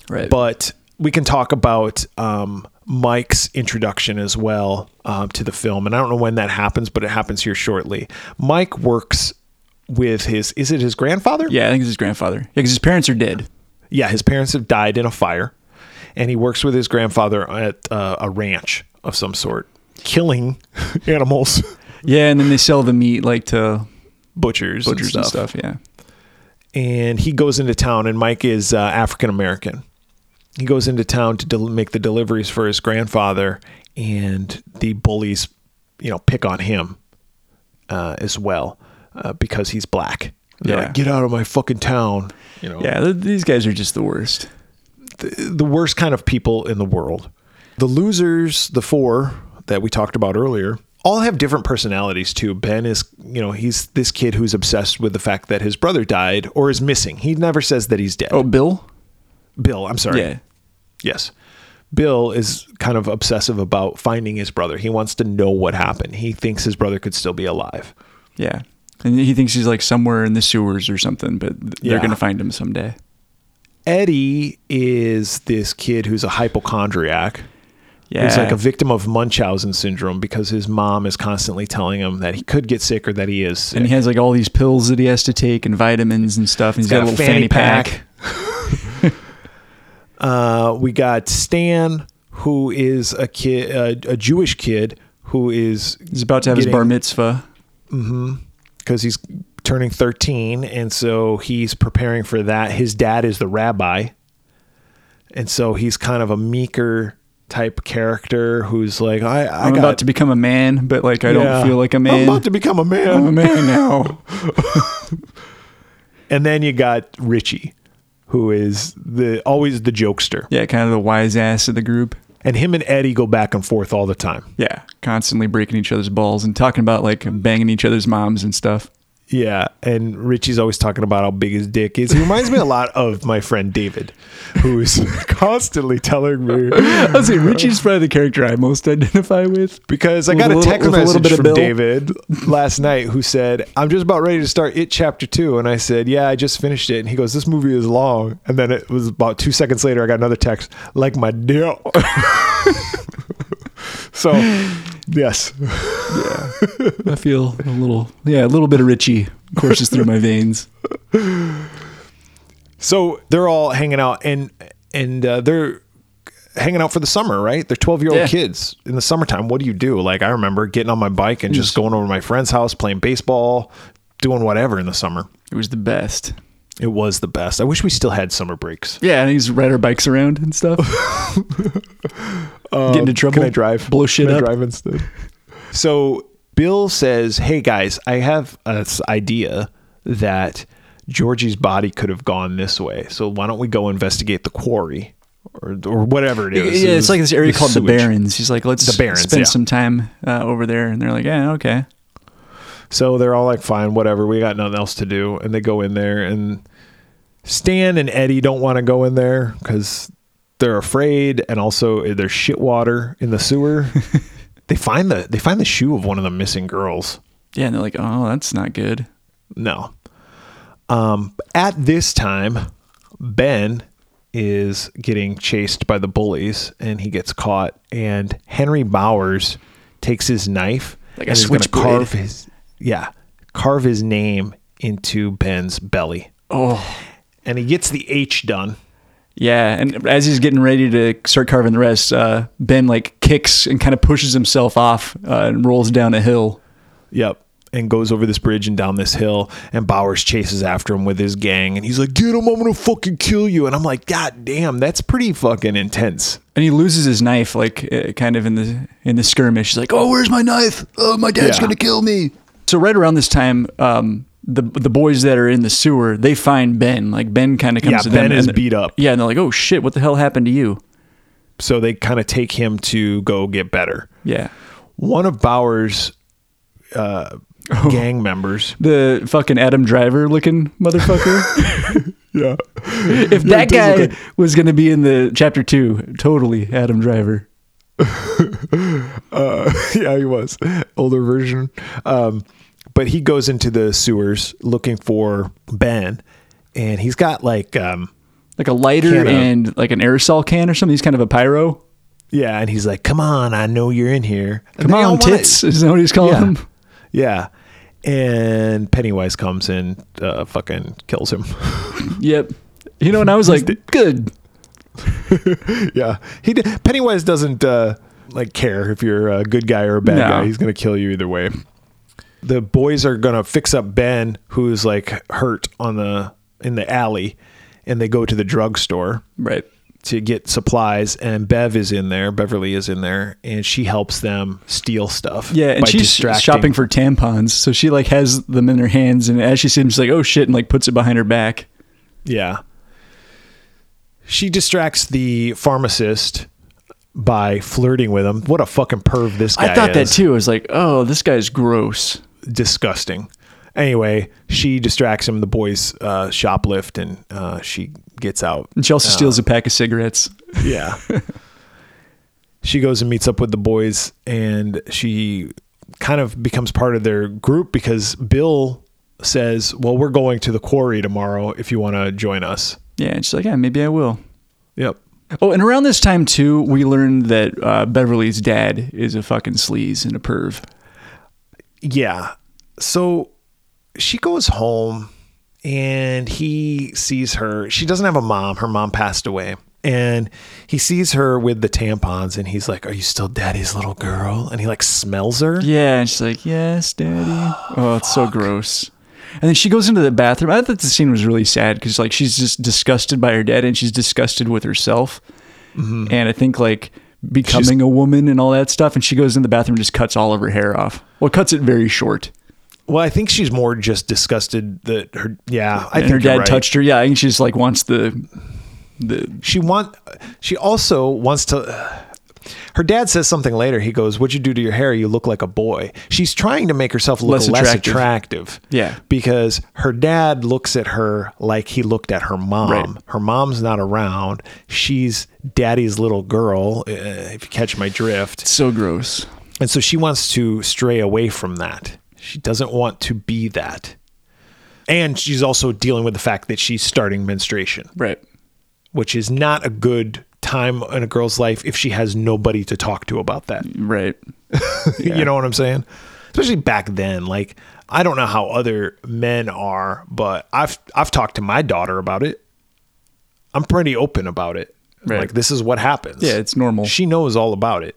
right.
but we can talk about um, Mike's introduction as well um, to the film. And I don't know when that happens, but it happens here shortly. Mike works with his, is it his grandfather?
yeah, I think it's his grandfather. Yeah, because his parents are dead.
Yeah, his parents have died in a fire. And he works with his grandfather at uh, a ranch of some sort, killing animals,
Yeah, and then they sell the meat like to
butchers,
butchers
and
and
stuff.
stuff. Yeah.
and he goes into town and mike is uh, african american he goes into town to del- make the deliveries for his grandfather and the bullies you know pick on him uh, as well uh, because he's black They're
Yeah.
like, get out of my fucking town. You know,
Yeah, th- these guys are just the worst.
the worst kind of people in the world. The losers, the four that we talked about earlier, all have different personalities too. Ben is, you know, he's this kid who's obsessed with the fact that his brother died or is missing. He never says that he's dead.
Oh, Bill?
Bill, I'm sorry.
Yeah.
Yes. Bill is kind of obsessive about finding his brother. He wants to know what happened. He thinks his brother could still be alive.
Yeah. And he thinks he's like somewhere in the sewers or something, but th- they're
Yeah.
going to find him someday.
Eddie is this kid who's a hypochondriac.
Yeah.
He's like a victim of Munchausen syndrome because his mom is constantly telling him that he could get sick or that he is. Sick.
and he has like all these pills that he has to take and vitamins and stuff. And he's got, a little fanny, pack.
uh, we got Stan, who is a kid, uh, a Jewish kid who is
He's about to have his
Getting-
bar mitzvah.
because Mm-hmm. he's turning 13 and so he's preparing for that his dad is the rabbi and so he's kind of a meeker type character who's like i, I
I'm
got,
about to become a man, but like I
yeah,
don't feel like a man.
i'm about to become a
I'm a
man
man now.
and then you got richie who is the always the jokester
yeah, kind of the wise ass of the group.
and him and eddie go back and forth all the time
Yeah, constantly breaking each other's balls and talking about like banging each other's moms and stuff.
yeah and richie's always talking about how big his dick is he reminds me a lot of my friend david who is constantly telling me
I would say Richie's probably the character I most identify with.
Because I
With
got
a
a
little-
text
with a little
message
bit of
from
Bill.
David last night who said, I'm just about ready to start It Chapter 2. And I said, Yeah, I just finished it. And he goes, This movie is long. And then it was about two seconds later, I got another text, like my deal. so, yes.
I feel a little, yeah, a little bit of Richie courses through my veins.
So they're all hanging out and, and uh, they're hanging out for the summer, right? They're 12 year
Yeah.
old kids in the summertime. What do you do? Like, I remember getting on my bike and just going over to my friend's house, playing baseball, doing whatever in the summer.
It was the best.
It was the best. I wish we still had summer breaks.
Yeah, and he's ride our bikes around and stuff. Get into trouble.
Um, Can I drive?
Blow shit
Can I
up.
drive instead? So Bill says, "Hey guys, I have this idea that Georgie's body could have gone this way. So why don't we go investigate the quarry or or whatever it
Yeah,
is?
it's like this area called the
sewage.
Barrens. He's like, let's
The Barrens,
spend
yeah.
some time uh, over there, and they're like, yeah, okay.
So they're all like, fine, whatever. We got nothing else to do. And they go in there, and Stan and Eddie don't want to go in there because they're afraid, and also eh, there's shit water in the sewer. they find the they find the shoe of one of the missing girls.
Yeah, and they're like, oh, that's not good.
No. Um, at this time, Ben is getting chased by the bullies, and he gets caught. And Henry Bowers takes his knife
Like a
and is gonna
switchblade.
carve his yeah carve his name into Ben's belly,
Oh,
and he gets the H done.
yeah. And as he's getting ready to start carving the rest, uh, Ben like kicks and kind of pushes himself off uh, and rolls down a hill.
Yep. And goes over this bridge and down this hill, and Bowers chases after him with his gang, and he's like, "Get him! I'm gonna fucking kill you!" And I'm like, "God damn, that's pretty fucking intense."
And he loses his knife, like uh, kind of in the in the skirmish. He's like, "Oh, where's my knife? Oh, my dad's
Yeah.
gonna kill me." So right around this time, um, the the boys that are in the sewer they find Ben. Like Ben kind of comes
Yeah,
to them.
Ben
and
is
they're-
beat up.
Yeah, and they're like, "Oh shit, what the hell happened to you?"
so they kind of take him to go get better.
Yeah,
One of Bauer's uh, gang members.
the fucking Adam Driver looking motherfucker.
Yeah.
if that guy was gonna be in the chapter two, totally Adam Driver.
yeah, he was older version. Um, but he goes into the sewers looking for Ben, and he's got like um,
Like a lighter
Can of-
and like an aerosol can or something. He's kind of a pyro.
yeah, and he's like, "Come on, I know you're in here. And
Come
they all
on,
wanna-
tits. Is that what he's calling
Yeah.
him?
Yeah." And Pennywise comes and uh, fucking kills him.
Yep. You know, and I was like, good.
yeah, he d- Pennywise doesn't uh, like care if you're a good guy or a bad
No.
guy. He's gonna kill you either way. The boys are gonna fix up Ben, who's like hurt on the in the alley, and they go to the drugstore
Right.
to get supplies, and Bev is in there. Beverly is in there, and she helps them steal stuff.
Yeah, and
by
she's
distracting-
shopping for tampons, so she like has them in her hands, and as she sees them, she's like, "Oh shit!" and like puts it behind her back.
Yeah. She distracts the pharmacist by flirting with him. What a fucking perv this guy
I thought that
is.
too. I was like, "Oh, this guy's gross."
Disgusting. Anyway, she distracts him. The boys uh, shoplift and uh, she gets out.
And she also steals a pack of cigarettes.
Yeah. she goes and meets up with the boys and she kind of becomes part of their group because Bill says, Well, we're going to the quarry tomorrow if you want to join us.
Yeah, and she's like, "Yeah, maybe I will."
Yep.
Oh, and around this time too, we learned that uh, Beverly's dad is a fucking sleaze and a perv.
Yeah. So she goes home and he sees her. She doesn't have a mom. Her mom passed away. And he sees her with the tampons and he's like, Are you still daddy's little girl? And he like smells her.
Yeah, and she's like, "Yes, daddy." Oh, it's so gross. And then she goes into the bathroom. I thought the scene was really sad because like she's just disgusted by her dad and she's disgusted with herself.
Mm-hmm.
And I think like becoming a woman and all that stuff. And she goes in the bathroom and just cuts all of her hair off. Well, cuts it very short.
Well, I think she's more just disgusted that her, yeah, I
And
think
her
you're
dad
right.
touched her. Yeah, I think she just like wants the
She want, she also wants to. Her dad says something later. He goes, "What'd you do to your hair? You look like a boy." She's trying to make herself look
Less
less,
attractive.
attractive.
Yeah.
because her dad looks at her like he looked at her mom.
Right.
Her mom's not around. She's daddy's little girl. Uh, if you catch my drift,
so gross.
and so she wants to stray away from that. She doesn't want to be that. And she's also dealing with the fact that she's starting menstruation,
Right.
which is not a good time in a girl's life if she has nobody to talk to about that.
Right.
you know what I'm saying? Especially back then. Like I don't know how other men are, but I've I've talked to my daughter about it. I'm pretty open about it.
Right.
Like this is what happens.
Yeah, it's normal.
She knows all about it.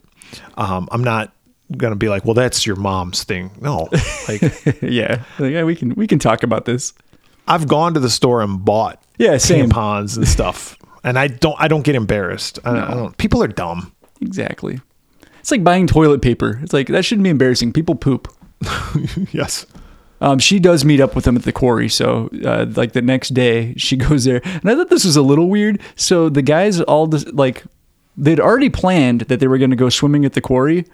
Um, I'm not gonna be like, well, that's your mom's thing. No, like
yeah. Like, yeah, we can we can talk about this.
I've gone to the store and bought
Yeah, same.
tampons and stuff, and I don't I don't get embarrassed. I, I don't. People are dumb.
Exactly. It's like buying toilet paper. It's like that shouldn't be embarrassing. People poop.
Yes.
Um, she does meet up with them at the quarry. So, uh, like the next day, she goes there, and I thought this was a little weird. So the guys all dis- like they'd already planned that they were going to go swimming at the quarry.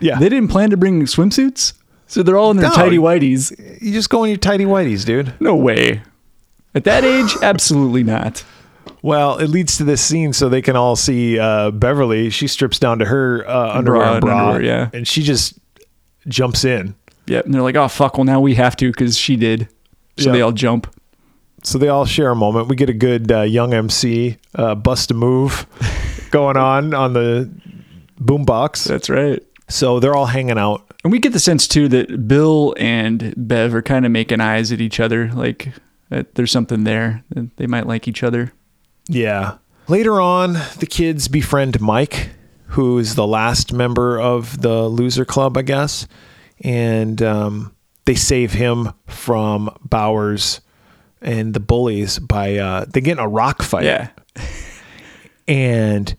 Yeah.
They didn't plan to bring swimsuits, so they're all in their
No.
tidy whities.
You just go in your tidy whities, dude.
No way. At that age, absolutely not.
Well, it leads to this scene so they can all see uh, Beverly. She strips down to her uh, underwear,
Bra
and
and
bra,
underwear, yeah.
and she just jumps in.
Yep. And they're like, oh fuck. Well, now we have to because she did. So
Yeah.
they all jump.
So they all share a moment. We get a good uh, young MC uh, bust a move going on on the boombox.
That's right.
So they're all hanging out.
And we get the sense too that Bill and Bev are kind of making eyes at each other, like that there's something there that they might like each other.
Yeah. Later on, the kids befriend Mike, who is the last member of the loser club, I guess, and um, they save him from Bowers and the bullies by uh, they get in a rock fight.
Yeah,
and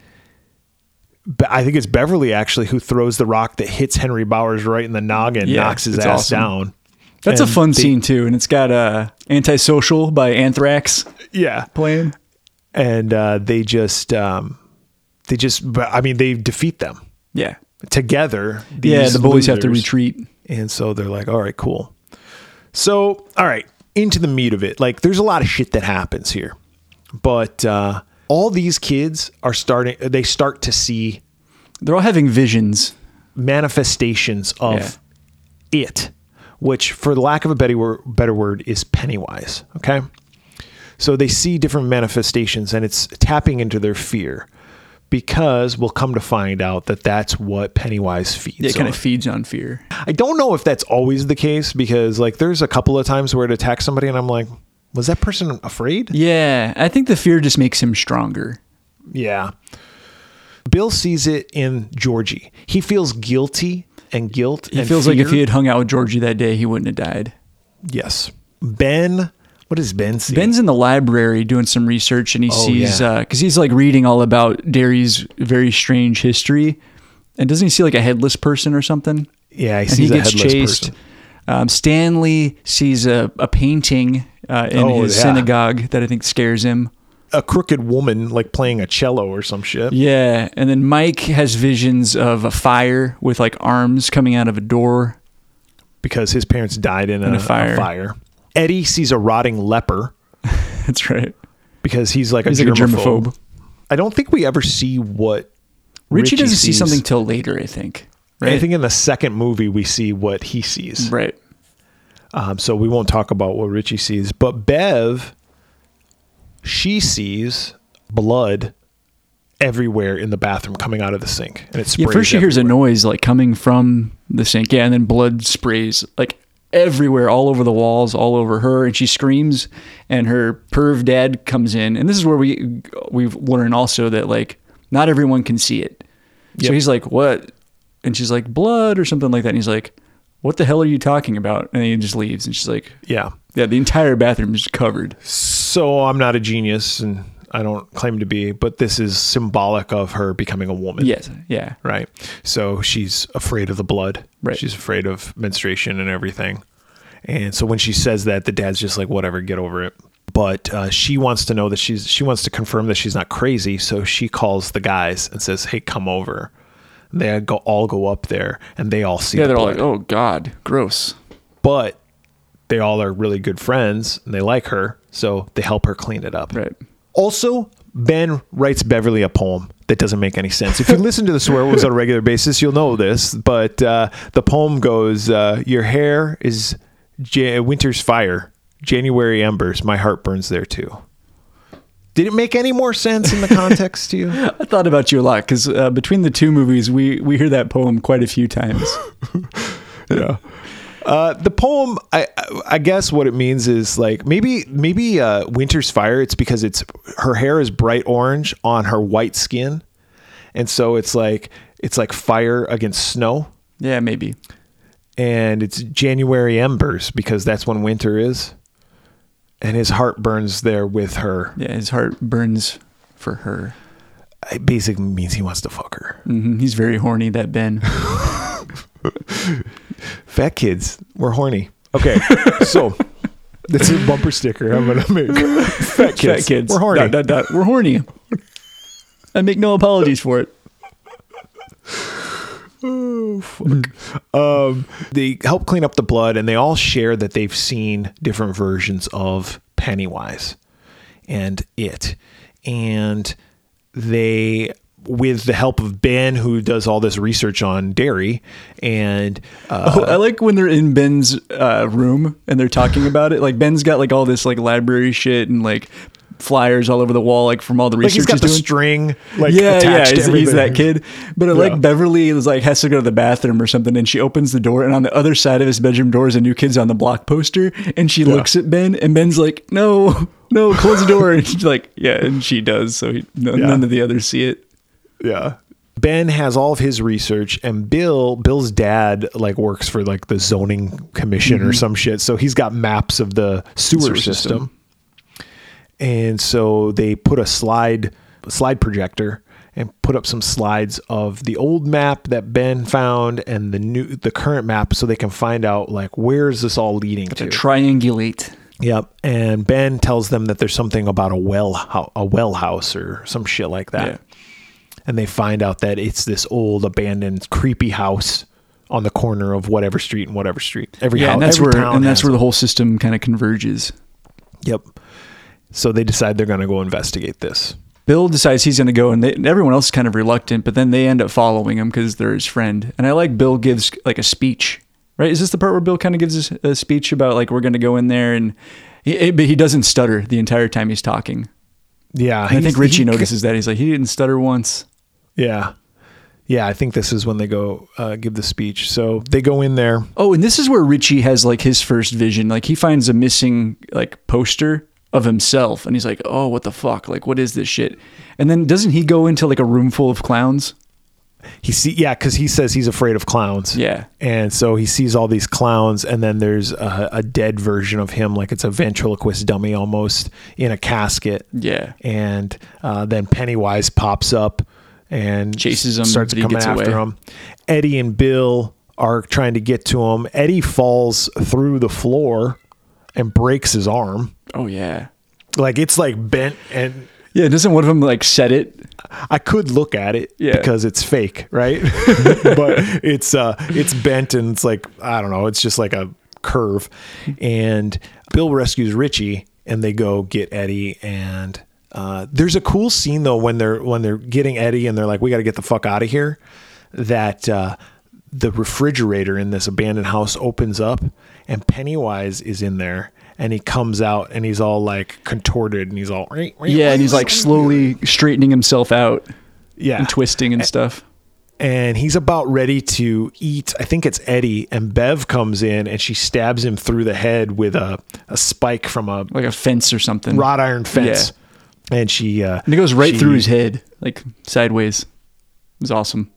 Be- I think it's Beverly actually who throws the rock that hits Henry Bowers right in the noggin,
Yeah,
knocks his
it's
ass
awesome.
down.
that's
And
a fun
they-
scene too, and it's got uh, "Antisocial" by Anthrax
Yeah,
playing.
and uh, they just um, they just but, I mean they defeat them.
Yeah,
together.
yeah.
these
The bullies have to
losers.
retreat.
And so they're like, all right, cool. So, all right, into the meat of it. Like, there's a lot of shit that happens here. But uh, all these kids are starting, they start to see
They're all having visions.
manifestations of it, which, for the lack of a better word, better word, is Pennywise. Okay. So they see different manifestations and it's tapping into their fear because we'll come to find out that that's what Pennywise feeds.
It kind
on.
of feeds on fear.
I don't know if that's always the case because like there's a couple of times where it attacks somebody and I'm like, was that person afraid?
Yeah, I think the fear just makes him stronger.
Yeah. Bill sees it in Georgie. He feels guilty and guilt.
He
and
feels like if
fear.
he had hung out with Georgie that day, he wouldn't have died.
yes. Ben What does Ben see?
Ben's in the library doing some research and he
Oh,
sees,
yeah.
because he's like reading all about Derry's very strange history. And doesn't he see like a headless person or something?
yeah, he
and he
sees a
gets
headless
chased.
person.
Um, Stanley sees a, a painting uh, in
Oh,
his
yeah.
synagogue that I think scares him.
A crooked woman like playing a cello or some shit.
Yeah, and then Mike has visions of a fire with like arms coming out of a door.
because his parents died in, a,
a
a fire.
fire.
Eddie sees a rotting leper
That's right.
because he's like a,
He's like a
germaphobe.
germaphobe.
I don't think we ever see what
Richie, doesn't see
sees.
something till later, I think. Right.
I think in the second movie we see what he sees.
right.
Um, so we won't talk about what Richie sees, but Bev, she sees blood everywhere in the bathroom coming out of the sink, and it's
Yeah, first she hears a noise like coming from the sink. Yeah, and then blood sprays like everywhere, all over the walls, all over her, and she screams. And her perv dad comes in, and this is where we we've learned also that like not everyone can see it. So
Yep.
he's like, "What?" And she's like, "Blood" or something like that. And he's like, "What the hell are you talking about?" And he just leaves. And she's like,
Yeah,
"Yeah, the entire bathroom is covered."
so I'm not a genius, and I don't claim to be, but this is symbolic of her becoming a woman.
Yes, yeah,
right? So she's afraid of the blood.
Right.
She's afraid of menstruation and everything. And so when she says that, the dad's just like, whatever, get over it. But uh, she wants to know that she's she wants to confirm that she's not crazy. So she calls the guys and says, "Hey, come over." They go all go up there and they all see.
yeah.
the
They're all
blood.
like, "Oh God, gross."
But they all are really good friends and they like her, so they help her clean it up.
Right.
Also, Ben writes Beverly a poem that doesn't make any sense. If you listen to the swear words on a regular basis, you'll know this. But uh, the poem goes, uh, "Your hair is ja winter's fire, January embers. My heart burns there too." Did it make any more sense in the context to you?
I thought about you a lot because uh, between the two movies, we we hear that poem quite a few times.
yeah. Uh, the poem, I, I- I guess what it means is like maybe maybe uh, Winter's Fire. It's because it's her hair is bright orange on her white skin, and so it's like it's like fire against snow,
yeah, maybe.
and it's January embers because that's when winter is, and his heart burns there with her.
Yeah, his heart burns for her.
It basically means he wants to fuck her.
hmm He's very horny. That Ben.
Fat kids, we're horny. Okay, so. That's a bumper sticker I'm gonna make. Fat kids,
Fat kids.
we're horny.
Dot, dot, dot. We're horny. I make no apologies for it.
um, they help clean up the blood and they all share that they've seen different versions of Pennywise and it. And they, with the help of Ben, who does all this research on dairy, and uh,
I like when they're in Ben's uh, room and they're talking about it. Like Ben's got like all this like library shit and like flyers all over the wall, like from all the
like
research
he's got the
doing.
string, like
yeah, yeah,
attached
he's,
to
he's that
everything.
kid. But I
Yeah.
like Beverly is like has to go to the bathroom or something, and she opens the door, and on the other side of his bedroom door is a new kids on the block poster, and she looks at Ben, and Ben's like, "No, no, close the door," and she's like, "Yeah," and she does, so he, no,
Yeah.
none of the others see it.
Yeah. Ben has all of his research and Bill Bill's dad like works for like the zoning commission or some shit. So he's got maps of the Mm-hmm. sewer,
Sewer
system.
system.
And so they put a slide slide projector and put up some slides of the old map that Ben found and the new the current map so they can find out like where is this all leading
To
to.
triangulate,
Yep. And Ben tells them that there's something about a well hou- a well house or some shit like that.
Yeah.
And they find out that it's this old abandoned creepy house on the corner of whatever street and whatever street. Every
yeah,
house,
and that's
every
where
town
and that's
has
where
it.
the whole system kind of converges.
Yep. So they decide they're going to go investigate this.
Bill decides he's going to go, and, they, and everyone else is kind of reluctant, but then they end up following him because they're his friend. And I like Bill gives like a speech, right? Is this the part where Bill kind of gives a, a speech about like we're going to go in there, and he, he- but he doesn't stutter the entire time he's talking.
Yeah,
And I
he's-
think Richie
he-
notices that he's like he didn't stutter once.
Yeah, yeah. I think this is when they go uh, give the speech. So they go in there.
Oh, and this is where Richie has like his first vision. Like he finds a missing like poster of himself, and he's like, "Oh, what the fuck? Like, what is this shit?" And then doesn't he go into like a room full of clowns?
he see yeah because he says he's afraid of clowns
Yeah.
and so he sees all these clowns and then there's a, a dead version of him like it's a ventriloquist dummy almost in a casket
Yeah.
and uh, then pennywise pops up and
Chases him,
starts
but he
coming
gets
after
away.
him eddie and bill are trying to get to him eddie falls through the floor and breaks his arm
Oh yeah.
like it's like bent and
Yeah. Doesn't one of them like set it?
I could look at it
Yeah.
because it's fake, right? but it's uh it's bent and it's like I don't know, it's just like a curve. And Bill rescues Richie and they go get Eddie and uh, there's a cool scene though when they're when they're getting Eddie and they're like, We gotta get the fuck out of here that uh the refrigerator in this abandoned house opens up and Pennywise is in there and he comes out and he's all like contorted and he's all
Yeah. And he's like slowly straightening himself out
yeah
and twisting and stuff.
and he's about ready to eat. I think it's Eddie, and Bev comes in and she stabs him through the head with a, a spike from a
Like a fence or something.
wrought iron fence. And she, uh,
And it goes right
she-
through his head, like sideways. It was awesome.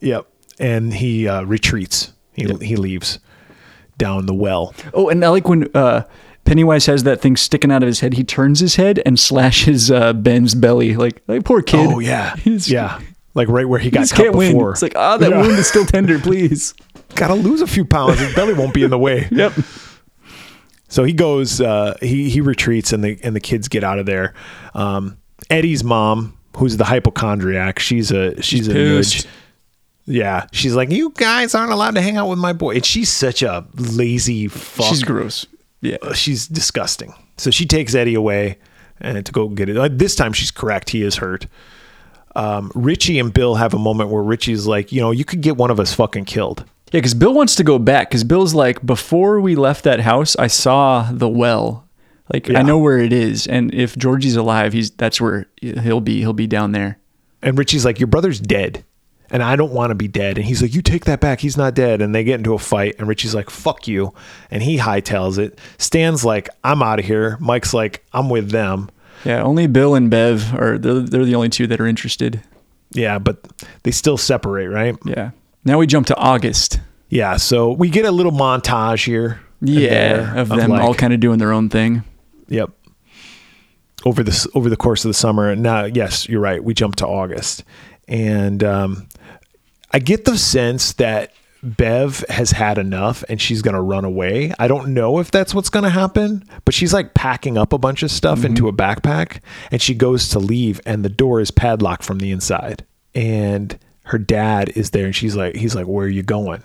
Yep. And he uh, retreats. He, he leaves down the well.
Oh, and I like when uh, Pennywise has that thing sticking out of his head. He turns his head and slashes uh, Ben's belly. Like, like poor kid.
Oh yeah,
He's-
yeah. Like right where he
He
got
just
cut
can't win.
before.
It's like, ah, that
Yeah.
wound is still tender. Please.
gotta lose a few pounds. His belly won't be in the way.
Yep.
So he goes, uh, he he retreats, and the and the kids get out of there. Um, Eddie's mom, who's the hypochondriac, she's a she's, a
pissed.
nudge. Yeah, she's like, you guys aren't allowed to hang out with my boy, and she's such a lazy fuck. Uh,
She's gross. Yeah.
She's disgusting. So she takes Eddie away and to go get it. Uh, This time she's correct. He is hurt. Um, Richie and Bill have a moment where Richie's like, you know, you could get one of us fucking killed.
Yeah, because Bill wants to go back. Because Bill's like, before we left that house, I saw the well. Like, I
Yeah.
know where it is, and if Georgie's alive, he's that's where he'll be. He'll be down there.
And Richie's like, Your brother's dead. And I don't want to be dead. And he's like, You take that back. He's not dead. And they get into a fight. And Richie's like, Fuck you. And he hightails it. Stan's like, I'm out of here. Mike's like, I'm with them.
Yeah, only Bill and Bev are they're, they're the only two that are interested.
Yeah, but they still separate, right?
Yeah. Now we jump to August.
Yeah. So we get a little montage here. and there
Yeah, of them all
like-
kind of doing their own thing.
Yep. Over this over the course of the summer. Now, yes, you're right. We jump to August, and um, I get the sense that Bev has had enough and she's going to run away. I don't know if that's what's going to happen, but she's like packing up a bunch of stuff into a backpack, and she goes to leave, and the door is padlocked from the inside, and her dad is there, and she's like, he's like, "Where are you going?"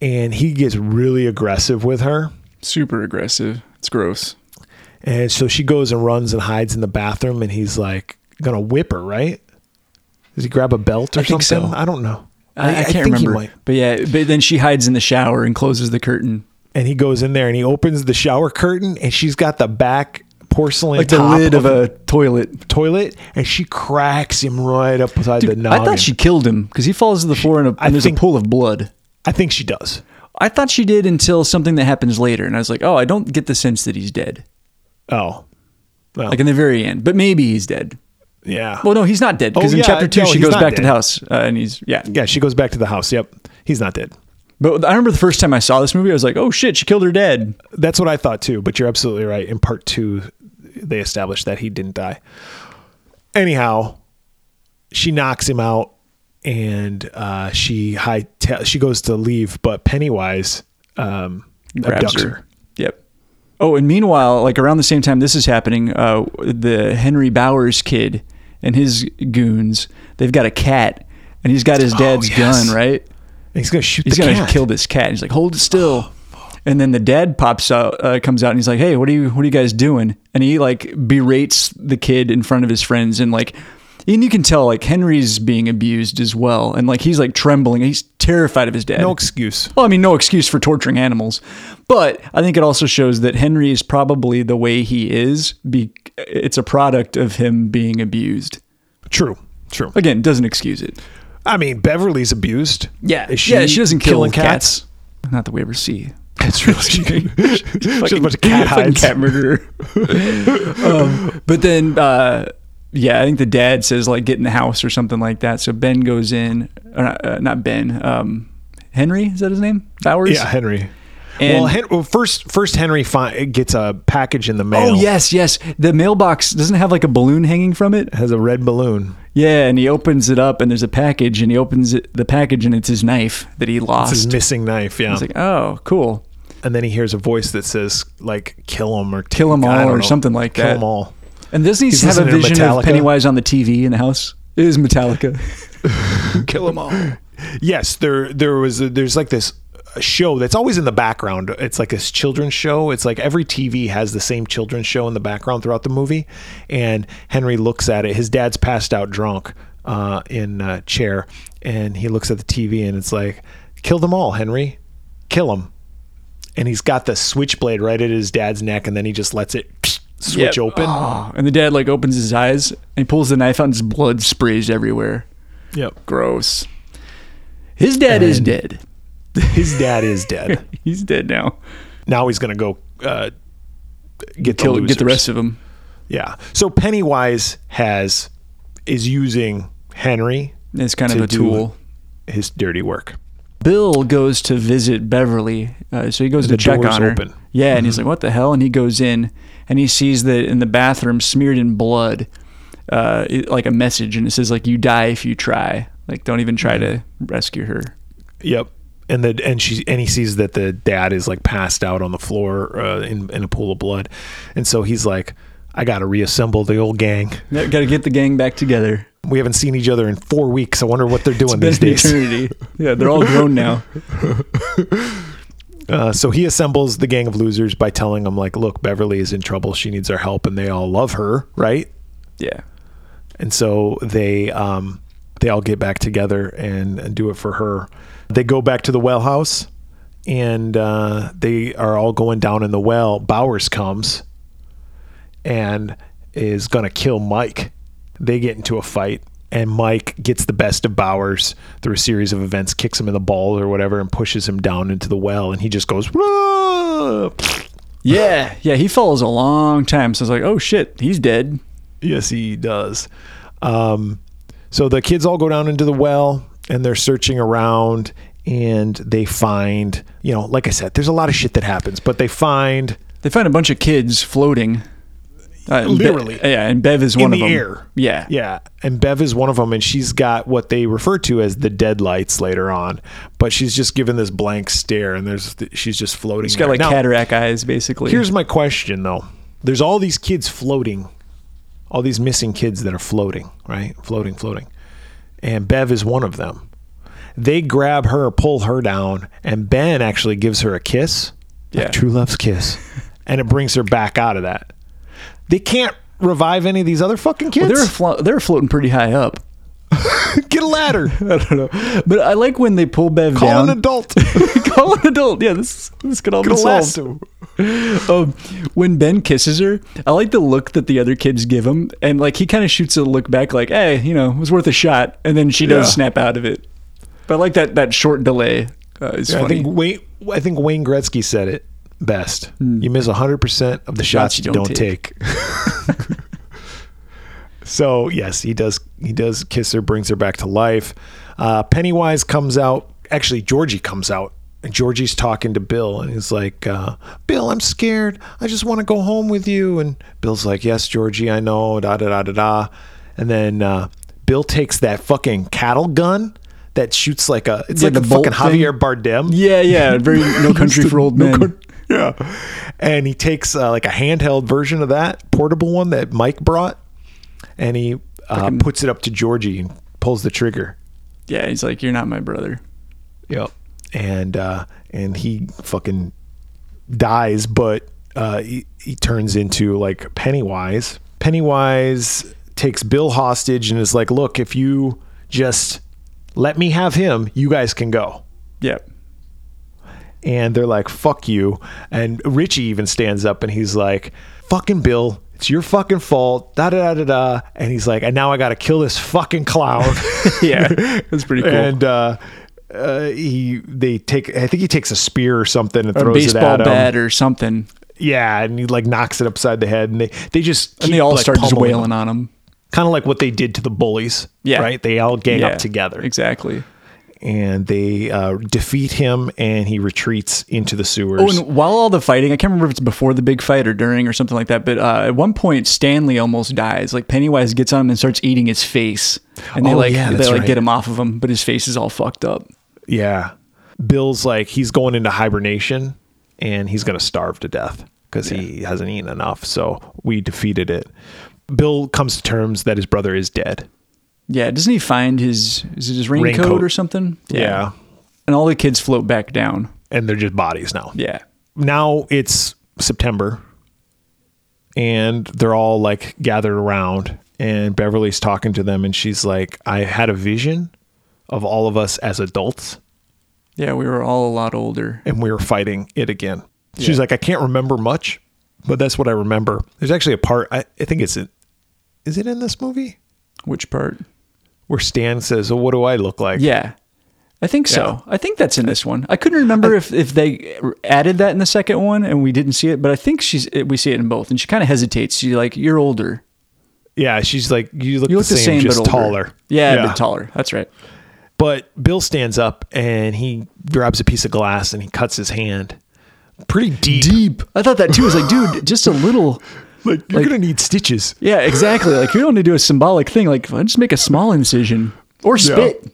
And he gets really aggressive with her.
Super aggressive. It's gross.
And so she goes and runs and hides in the bathroom, and he's like gonna whip her, right? Does he grab a belt or
think
something?
so.
I don't know.
I, I can't
think he
remember.
might.
But yeah, but then she hides in the shower and closes the curtain.
And he goes in there and he opens the shower curtain, and she's got the back porcelain
Like the
top
lid of a toilet.
toilet, and she cracks him right upside the
Dude,
noggin.
I thought she killed him because he falls to the floor and, a,
I
and there's
think-
a pool of blood.
I think she does.
I thought she did until something that happens later, and I was like, oh, I don't get the sense that he's dead.
Oh, well,
Like in the very end, but maybe he's dead.
yeah.
Well, no, he's not dead because
Oh,
in
yeah,
chapter two
no,
she
he's
goes
not
back to
dead.
the house uh, and he's yeah.
yeah, she goes back to the house. Yep, he's not dead.
But I remember the first time I saw this movie, I was like, oh shit, she killed her dad.
That's what I thought too, but you're absolutely right. In part two, they established that he didn't die. Anyhow, she knocks him out and uh, she high she goes to leave, but Pennywise um,
grabs
abducts her.
Yep. Oh, and meanwhile, like around the same time this is happening, uh, the Henry Bowers kid and his goons, they've got a cat, and he's got his dad's
yes.
gun, right?
And he's gonna shoot
He's
the
gonna
cat. Oh.
kill this cat. He's like, hold it still. And then the dad pops out, uh, comes out, and he's like, "Hey, what are you, what are you guys doing?" And he like berates the kid in front of his friends, and like, and you can tell like Henry's being abused as well, and like he's like trembling, he's terrified of his dad.
no excuse.
Well, I mean, no excuse for torturing animals, but I think it also shows that Henry is probably the way he is. Be- it's a product of him being abused.
True, true.
Again, doesn't excuse it.
I mean, Beverly's abused. Is
yeah, she doesn't kill cats. Not that we ever see.
That's really she, she's a bunch of cat
fucking
hides.
cat murderer. um, but then uh, yeah, I think the dad says like get in the house or something like that. So Ben goes in, or not, uh, not Ben, um, Henry is that his name? Bowers.
Yeah, Henry.
And-
well, Hen- well, first, first Henry fi- gets a package in the mail.
Oh yes, yes. The mailbox doesn't it have like a balloon hanging from it.
has a red balloon.
Yeah, and he opens it up and there's a package and he opens it, the package and it's his knife that he lost.
It's his missing knife. Yeah,
It's like, oh, cool.
and then he hears a voice that says like "kill him" or
Kill 'em
I
all
don't
or
know.
something like
Kill
that.
'em all.
And this needs to
He's
have a
listening to
vision of
Metallica.
Pennywise on the TV in the house. It is Metallica.
kill them all. Yes, there there was a, there's like this show that's always in the background. It's like this children's show. It's like every TV has the same children's show in the background throughout the movie. And Henry looks at it. His dad's passed out drunk uh, in a chair, and he looks at the TV and it's like, "Kill them all, Henry, kill them." And he's got the switchblade right at his dad's neck, and then he just lets it switch open.
Oh, and the dad like opens his eyes and he pulls the knife out and his blood sprays everywhere.
Yep,
Gross. His dad is dead.
his dad is dead.
He's dead now.
now he's gonna go uh, get
Kill
the
get the
losers.
rest of them.
Yeah. So Pennywise has is using Henry
It's kind of
To
a
do-
tool.
his dirty work.
Bill goes to visit Beverly. Uh, so he goes to check
door's
on her.
open. Mm-hmm.
Yeah, and he's like, "What the hell?" And he goes in, and he sees that in the bathroom, smeared in blood, uh, it- like a message, and it says like, "You die if you try." Like, don't even try
Mm-hmm.
to rescue her.
Yep. And the and she and he sees that the dad is like passed out on the floor uh, in in a pool of blood, and so he's like, I got to reassemble the old gang.
Got to get the gang back together.
We haven't seen each other in four weeks. I wonder what they're doing
Been
these
an
days.
eternity. Yeah, they're all grown now.
Uh, so he assembles the gang of losers by telling them like, look, Beverly is in trouble. She needs our help, and they all love her, right?
Yeah.
and so they um, they all get back together and, and do it for her. They go back to the well house, and uh, they are all going down in the well. Bowers comes and is gonna kill Mike. They get into a fight, and Mike gets the best of Bowers through a series of events, kicks him in the balls or whatever, and pushes him down into the well. And he just goes, "Whoa!"
Yeah, yeah. He follows a long time, so it's like, "Oh shit, he's dead."
Yes, he E does. Um, so the kids all go down into the well and they're searching around and they find, you know, like I said, there's a lot of shit that happens, but they find
They find a bunch of kids floating. Uh, and Be-
Literally.
yeah, and Bev is one
in
of
the
them.
air.
Yeah.
Yeah. And Bev is one of them and she's got what they refer to as the deadlights later on, but she's just given this blank stare and there's she's just floating.
She's got
there.
like
Now,
cataract eyes, basically.
Here's my question though. There's all these kids floating, all these missing kids that are floating, right? Floating, floating. And Bev is one of them. They grab her, pull her down, and Ben actually gives her a kiss, like
Yeah.
true love's kiss, and it brings her back out of that. They can't revive any of these other fucking kids.
they're flo- they're floating pretty high up.
Get a ladder.
I don't know, but I like when they pull Bev
Call
down.
an adult.
Call an adult. Yeah, this this could all be
Get a
solved.
lasso.
Um, when Ben kisses her, I like the look that the other kids give him, and like he kind of shoots a look back, like, "Hey, you know, it was worth a shot," and then she does
Yeah.
snap out of it. But I like that that short delay. Uh, is
I
funny.
think Wayne, I think Wayne Gretzky said it best.
Hmm.
You miss 100% of the shots, you don't, take. so, yes, he does he does kiss her, brings her back to life. Uh, Pennywise comes out, actually Georgie comes out. And Georgie's talking to Bill and he's like, uh, Bill, I'm scared. I just want to go home with you. And Bill's like, Yes, Georgie, I know. Da da da da da. And then uh, Bill takes that fucking cattle gun that shoots like a, it's
Yeah,
like a
the bolt
fucking
thing.
Javier Bardem.
yeah, yeah, very no country for old men.
Yeah. And he takes uh, like a handheld version of that portable one that Mike brought and he uh, puts it up to Georgie and pulls the trigger.
yeah, he's like, "You're not my brother."
Yep. And uh, and he fucking dies, but uh, he, he turns into like Pennywise. Pennywise takes Bill hostage and is like, "Look, if you just let me have him, you guys can go."
Yeah,
and they're like, fuck you. And Richie even stands up and he's like, fucking Bill, it's your fucking fault. Da da da da da. And he's like, and now I got to kill this fucking clown.
yeah, that's pretty cool.
And, uh, uh, he they take I think he takes a spear or something and
or
throws it
baseball
at him.
bat or something.
Yeah, and he like knocks it upside the head and they they just
and
keep,
they all
like,
start just
pummeling him.
wailing on him.
kind of like what they did to the bullies.
Yeah.
Right? They all gang
Yeah,
up together
Exactly.
and they uh, defeat him and he retreats into the sewers.
Oh, and while all the fighting, I can't remember if it's before the big fight or during or something like that, but uh, at one point Stanley almost dies. Like Pennywise gets on him and starts eating his face. And they
Oh,
like
yeah,
they
that's
like
right.
get him off of him, but his face is all fucked up.
yeah. Bill's like, he's going into hibernation and he's going to starve to death because he hasn't eaten enough. So we defeated it. Bill comes to terms that his brother is dead.
Yeah, doesn't he find his is it his raincoat,
Raincoat.
or something? And all the kids float back down.
And they're just bodies now.
Yeah.
now it's September and they're all like gathered around and Beverly's talking to them and she's like I had a vision of all of us as adults
Yeah, we were all a lot older.
and we were fighting it again. She's like I can't remember much, but that's what I remember. There's actually a part I, I think it's in, is it in this movie
Which part?
where Stan says, "Well, what do I look like?"
Yeah. I think so. I think that's in this one. I couldn't remember if, if they added that in the second one and we didn't see it, but I think she's we see it in both. And she kind of hesitates. She's like, "You're older.
Yeah, she's like you look,
You look
the, same,
but
just
older."
taller.
Yeah, a bit taller. That's right.
But Bill stands up and he grabs a piece of glass and he cuts his hand. Pretty deep. Deep.
I thought that too. I was like, dude, just a little.
Like you're
Like-
gonna need stitches.
Yeah, exactly. Like you don't need to do a symbolic thing. Like just make a small incision or spit.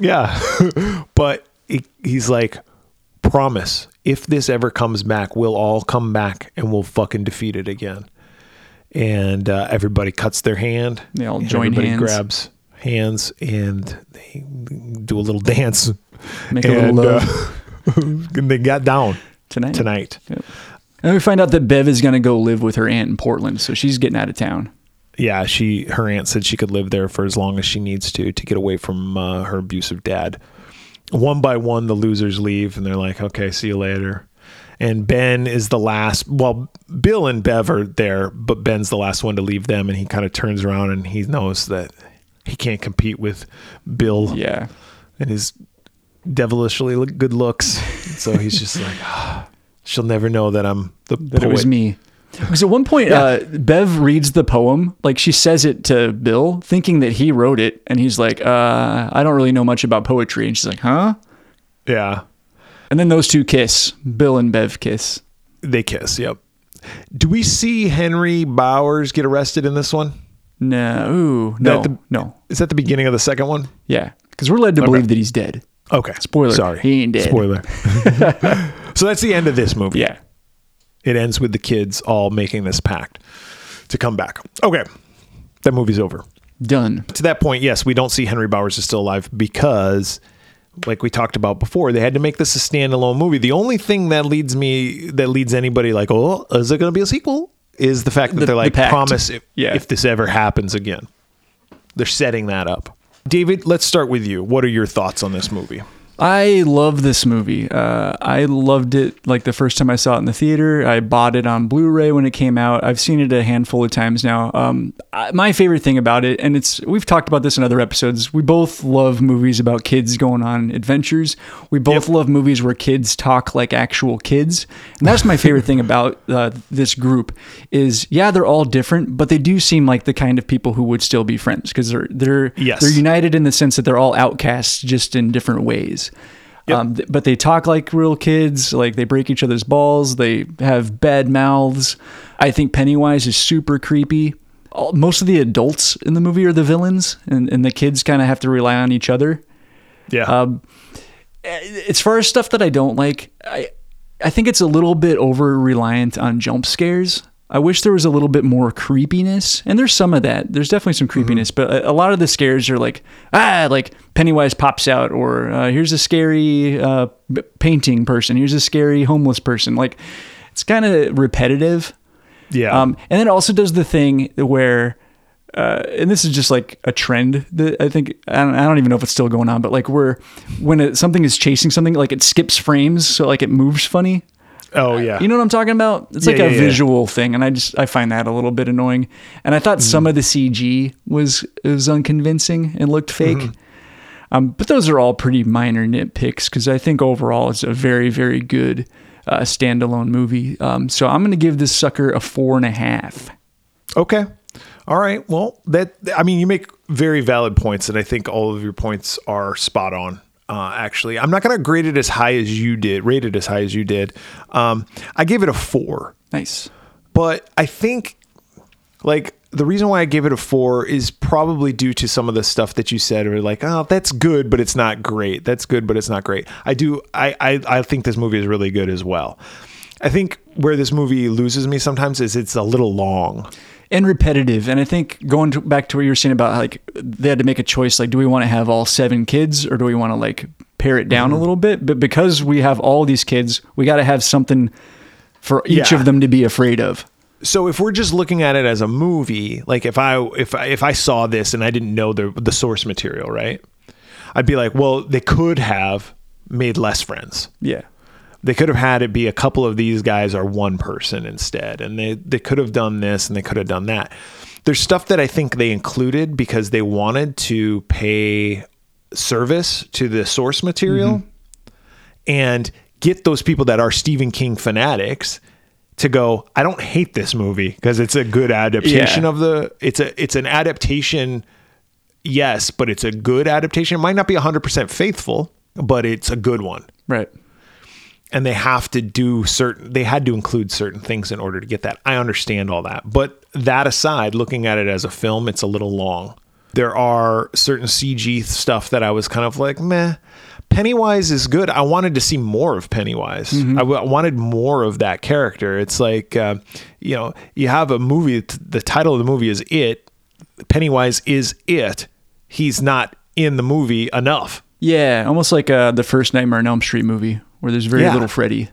Yeah. but he, he's like, promise, if this ever comes back, we'll all come back and we'll fucking defeat it again. And uh, everybody cuts their hand.
They all
and
join
everybody
hands.
grabs hands and they do a little dance.
Make a
and,
little love
uh, and they got down
tonight.
tonight.
And we find out that Bev is going to go live with her aunt in Portland, so she's getting out of town.
yeah, she her aunt said she could live there for as long as she needs to to get away from uh, her abusive dad. One by one, the losers leave, and they're like, "Okay, see you later." And Ben is the last. Well, Bill and Bev are there, but Ben's the last one to leave them, and he kind of turns around and he knows that he can't compete with Bill
Yeah.
and his devilishly look- good looks. So he's just like, "Ah, "She'll never know that I'm the
that
poet."
it was me. Because at one point, uh, Bev reads the poem, like she says it to Bill, thinking that he wrote it, and he's like, uh, "I don't really know much about poetry," and she's like, "Huh?"
Yeah,
And then those two kiss. Bill and Bev kiss.
They kiss. Yep. Do we see Henry Bowers get arrested in this one?
No, ooh, no,
That the-
no,
Is that the beginning of the second one?
yeah, because we're led to believe that he's dead.
Okay.
Spoiler,
Sorry.
he ain't dead.
Spoiler. so that's the end of this movie.
Yeah,
It ends with the kids all making this pact to come back. Okay. That movie's over.
done.
To that point, yes, we don't see Henry Bowers is still alive because like we talked about before, they had to make this a standalone movie. The only thing that leads me that leads anybody like, "Oh, is there going to be a sequel?" is the fact that
The-
they're
the
like,
pact.
"Promise if,
Yeah.
if this ever happens again." They're setting that up. David, let's start with you. What are your thoughts on this movie?
I love this movie. Uh, I loved it like the first time I saw it in the theater. I bought it on Blu-ray when it came out. I've seen it a handful of times now. Um, I, my favorite thing about it, and it's we've talked about this in other episodes. We both love movies about kids going on adventures. We both love movies where kids talk like actual kids, and that's my favorite thing about uh, this group. Is yeah, they're all different, but they do seem like the kind of people who would still be friends because they're they're
Yes.
they're united in the sense that they're all outcasts just in different ways. Um, th- but they talk like real kids. Like they break each other's balls. They have bad mouths. I think Pennywise is super creepy. All, most of the adults in the movie are the villains, and, and the kids kind of have to rely on each other
Yeah.
Um, as far as stuff that I don't like, I I think it's a little bit over reliant on jump scares. I wish there was a little bit more creepiness, and there's some of that. There's definitely some creepiness, but a, a lot of the scares are like ah, like Pennywise pops out, or uh, here's a scary uh, b- painting person, here's a scary homeless person. Like it's kind of repetitive.
yeah.
Um, and then it also does the thing where, uh, and this is just like a trend that I think I don't, I don't even know if it's still going on, but like where when it, something is chasing something, like it skips frames, so like it moves funny.
oh yeah.
You know what I'm talking about? It's like
Yeah,
a
yeah, yeah.
visual thing, and I just I find that a little bit annoying. And I
Mm.
thought some of the CG was was unconvincing and looked
Mm-hmm.
fake. Um, but those are all pretty minor nitpicks because I think overall it's a very very good uh, standalone movie. Um, so I'm gonna give this sucker a four and a half.
Okay. All right. Well, that I mean, you make very valid points, and I think all of your points are spot on. Uh, actually, I'm not going to grade it as high as you did, rate it as high as you did. Um, I gave it a four,
Nice.
but I think like the reason why I gave it a four is probably due to some of the stuff that you said, or like, oh, that's good, but it's not great. That's good, but it's not great. I do. I I, I think this movie is really good as well. I think where this movie loses me sometimes is it's a little long.
and repetitive. And I think going to, back to what you were saying about like they had to make a choice like, do we want to have all seven kids or do we want to like pare it
Mm-hmm.
down a little bit? But because we have all these kids, we got to have something for each
Yeah.
of them to be afraid of.
so if we're just looking at it as a movie, like if I if I, if I saw this and I didn't know the the source material, right? I'd be like, well, they could have made less friends.
Yeah.
They could have had it be a couple of these guys are one person instead, and they they could have done this and they could have done that. There's stuff that I think they included because they wanted to pay service to the source material and get those people that are Stephen King fanatics to go, I don't hate this movie because it's a good adaptation
Yeah.
of the it's a it's an adaptation yes, but it's a good adaptation. It might not be 100% faithful, but it's a good one.
Right.
And they have to do certain they had to include certain things in order to get that. I understand all that. But that aside, looking at it as a film, it's a little long. There are certain CG stuff that I was kind of like, meh. Pennywise is good. I wanted to see more of Pennywise. I w- I wanted more of that character. It's like, uh, you know, you have a movie, t- the title of the movie is It. Pennywise is it. He's not in the movie enough.
Yeah. Almost like uh, the first Nightmare on Elm Street movie where there's very
Yeah.
little Freddy.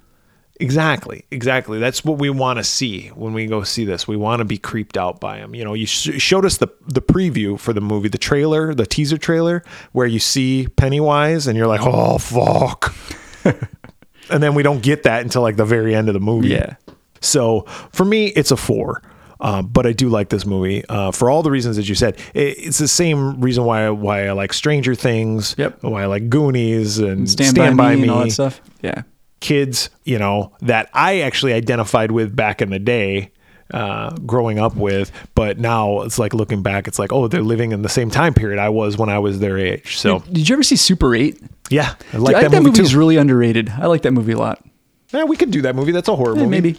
Exactly, exactly. That's what we want to see when we go see this. We want to be creeped out by him. You know, you sh- showed us the the preview for the movie, the trailer, the teaser trailer, where you see Pennywise, and you're like, oh fuck. and then we don't get that until like the very end of the movie.
Yeah.
So for me, it's a four. Uh, but I do like this movie uh, for all the reasons that you said. It, it's the same reason why I, why I like Stranger Things,
Yep.
why I like Goonies and
Stand, by, me, and all that stuff. Yeah.
kids, you know, that I actually identified with back in the day, uh, growing up with. But now it's like looking back, it's like, oh, they're living in the same time period I was when I was their age. So
Did you ever see Super 8?
yeah, I
Dude,
like
I
that,
think that
movie
movie's
too.
really underrated. I like that movie a lot.
yeah, we could do that movie. That's a horror
Eh,
movie.
maybe.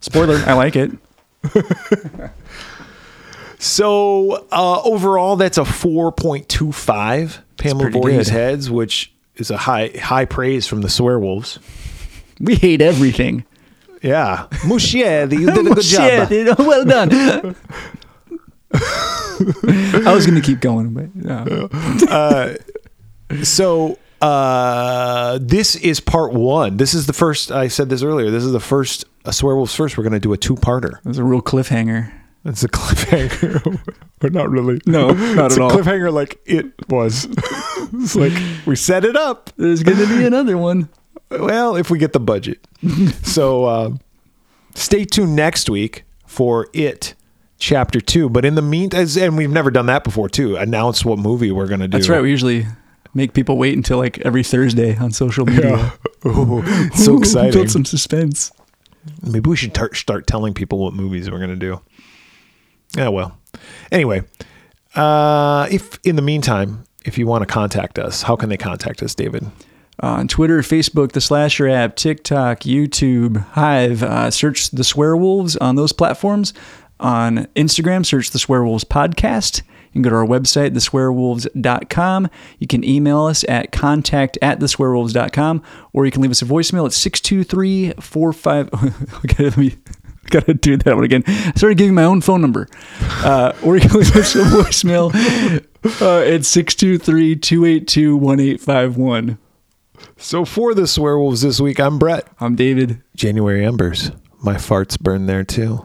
Spoiler. I like it.
So uh, overall, that's a four point two five Pamela
pretty
Voorhees
good.
heads, which is a high high praise from the Swearwolves.
We hate everything.
Yeah, Mushier, you did a good job.
Yeah, dude, well done. I was gonna keep going, but no.
So uh, this is part one. This is the first. I said this earlier. This is the first. A Swearwolves first. We're going to do a two-parter.
it was a real cliffhanger.
It's a cliffhanger. We're not really.
No, not
it's
at
a
all.
cliffhanger like it was. it's like we set it up.
There's gonna be another one.
Well, if we get the budget. so uh, stay tuned next week for it. Chapter two, but in the meantime, and we've never done that before too. Announce what movie we're gonna do.
That's right. We usually make people wait until like every Thursday on social media.
Ooh, it's so exciting.
Build some suspense.
Maybe we should tar- start telling people what movies we're going to do. Oh, well. Anyway, uh, if in the meantime, if you want to contact us, how can they contact us, David?
on Twitter, Facebook, the Slasher app, TikTok, YouTube, Hive. Uh, search the Swearwolves on those platforms. On Instagram, search the Swearwolves podcast. You can go to our website, theswearwolves.com. You can email us at contact at theswearwolves.com or you can leave us a voicemail at 623 45. Okay, let me. Gotta do that one again. I started giving my own phone number. Uh, or you can leave us a voicemail uh, at 623 282 1851.
So for the Swearwolves this week, I'm Brett.
I'm David.
January Embers. My farts burn there too.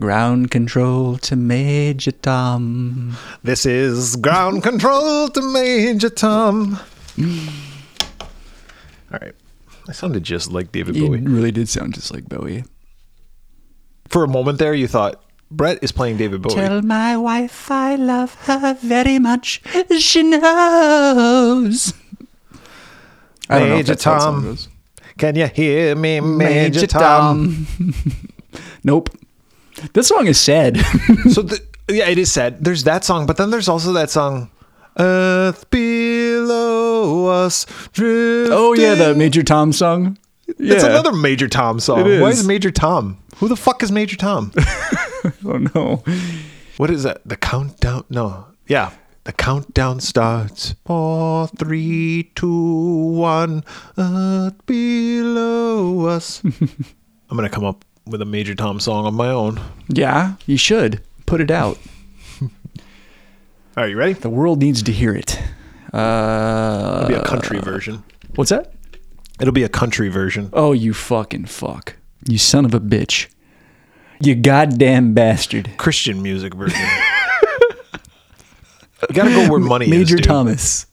Ground control to Major Tom.
This is ground control to Major Tom. All right. I sounded just like David
You
Bowie.
really did sound just like Bowie.
For a moment there, you thought Brett is playing David Bowie.
Tell my wife I love her very much. She knows. I don't know if
Major
that's how that song
Tom.
goes.
Can you hear me, Major,
Major
Tom?
Tom. nope. This song is sad.
so, the, yeah, it is sad. There's that song, but then there's also that song, Earth Below Us Drifting.
oh yeah, the Major Tom song. Yeah.
It's another Major Tom song.
It
Why
is.
is Major Tom? Who the fuck is Major Tom?
Oh no.
what is that? The countdown? No. Yeah. The countdown starts. Four, three, two, one. Earth below us. I'm gonna come up with a Major Tom song on my own.
Yeah, you should put it out.
Are you ready?
The world needs to hear it. Uh,
It'll be a country version.
what's that?
It'll be a country version.
Oh, you fucking fuck. You son of a bitch. You goddamn bastard.
Christian music version. you gotta go where money is.
Major
dude.
Thomas.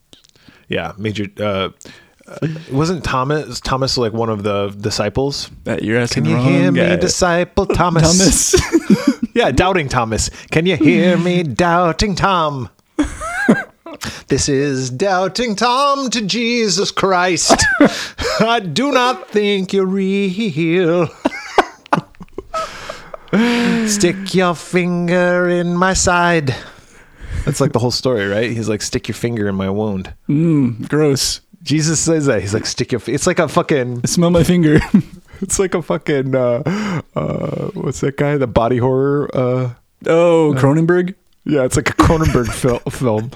Yeah, Major. Uh, uh, wasn't Thomas Thomas like one of the disciples?
That Uh, you're asking
Can you
the wrong
hear
guy.
me, disciple Thomas?
Thomas.
Yeah, doubting Thomas. Can you hear me, doubting Tom? this is doubting Tom to Jesus Christ. I do not think you're real. stick your finger in my side. That's like the whole story, right? He's like, stick your finger in my wound.
Mm, Gross.
Jesus says that. He's like, stick your. F-. It's like a fucking.
Smell my finger.
It's like a fucking. Uh, uh, what's that guy? The body horror. Uh,
oh, Cronenberg.
Yeah, it's like a Cronenberg fil- film.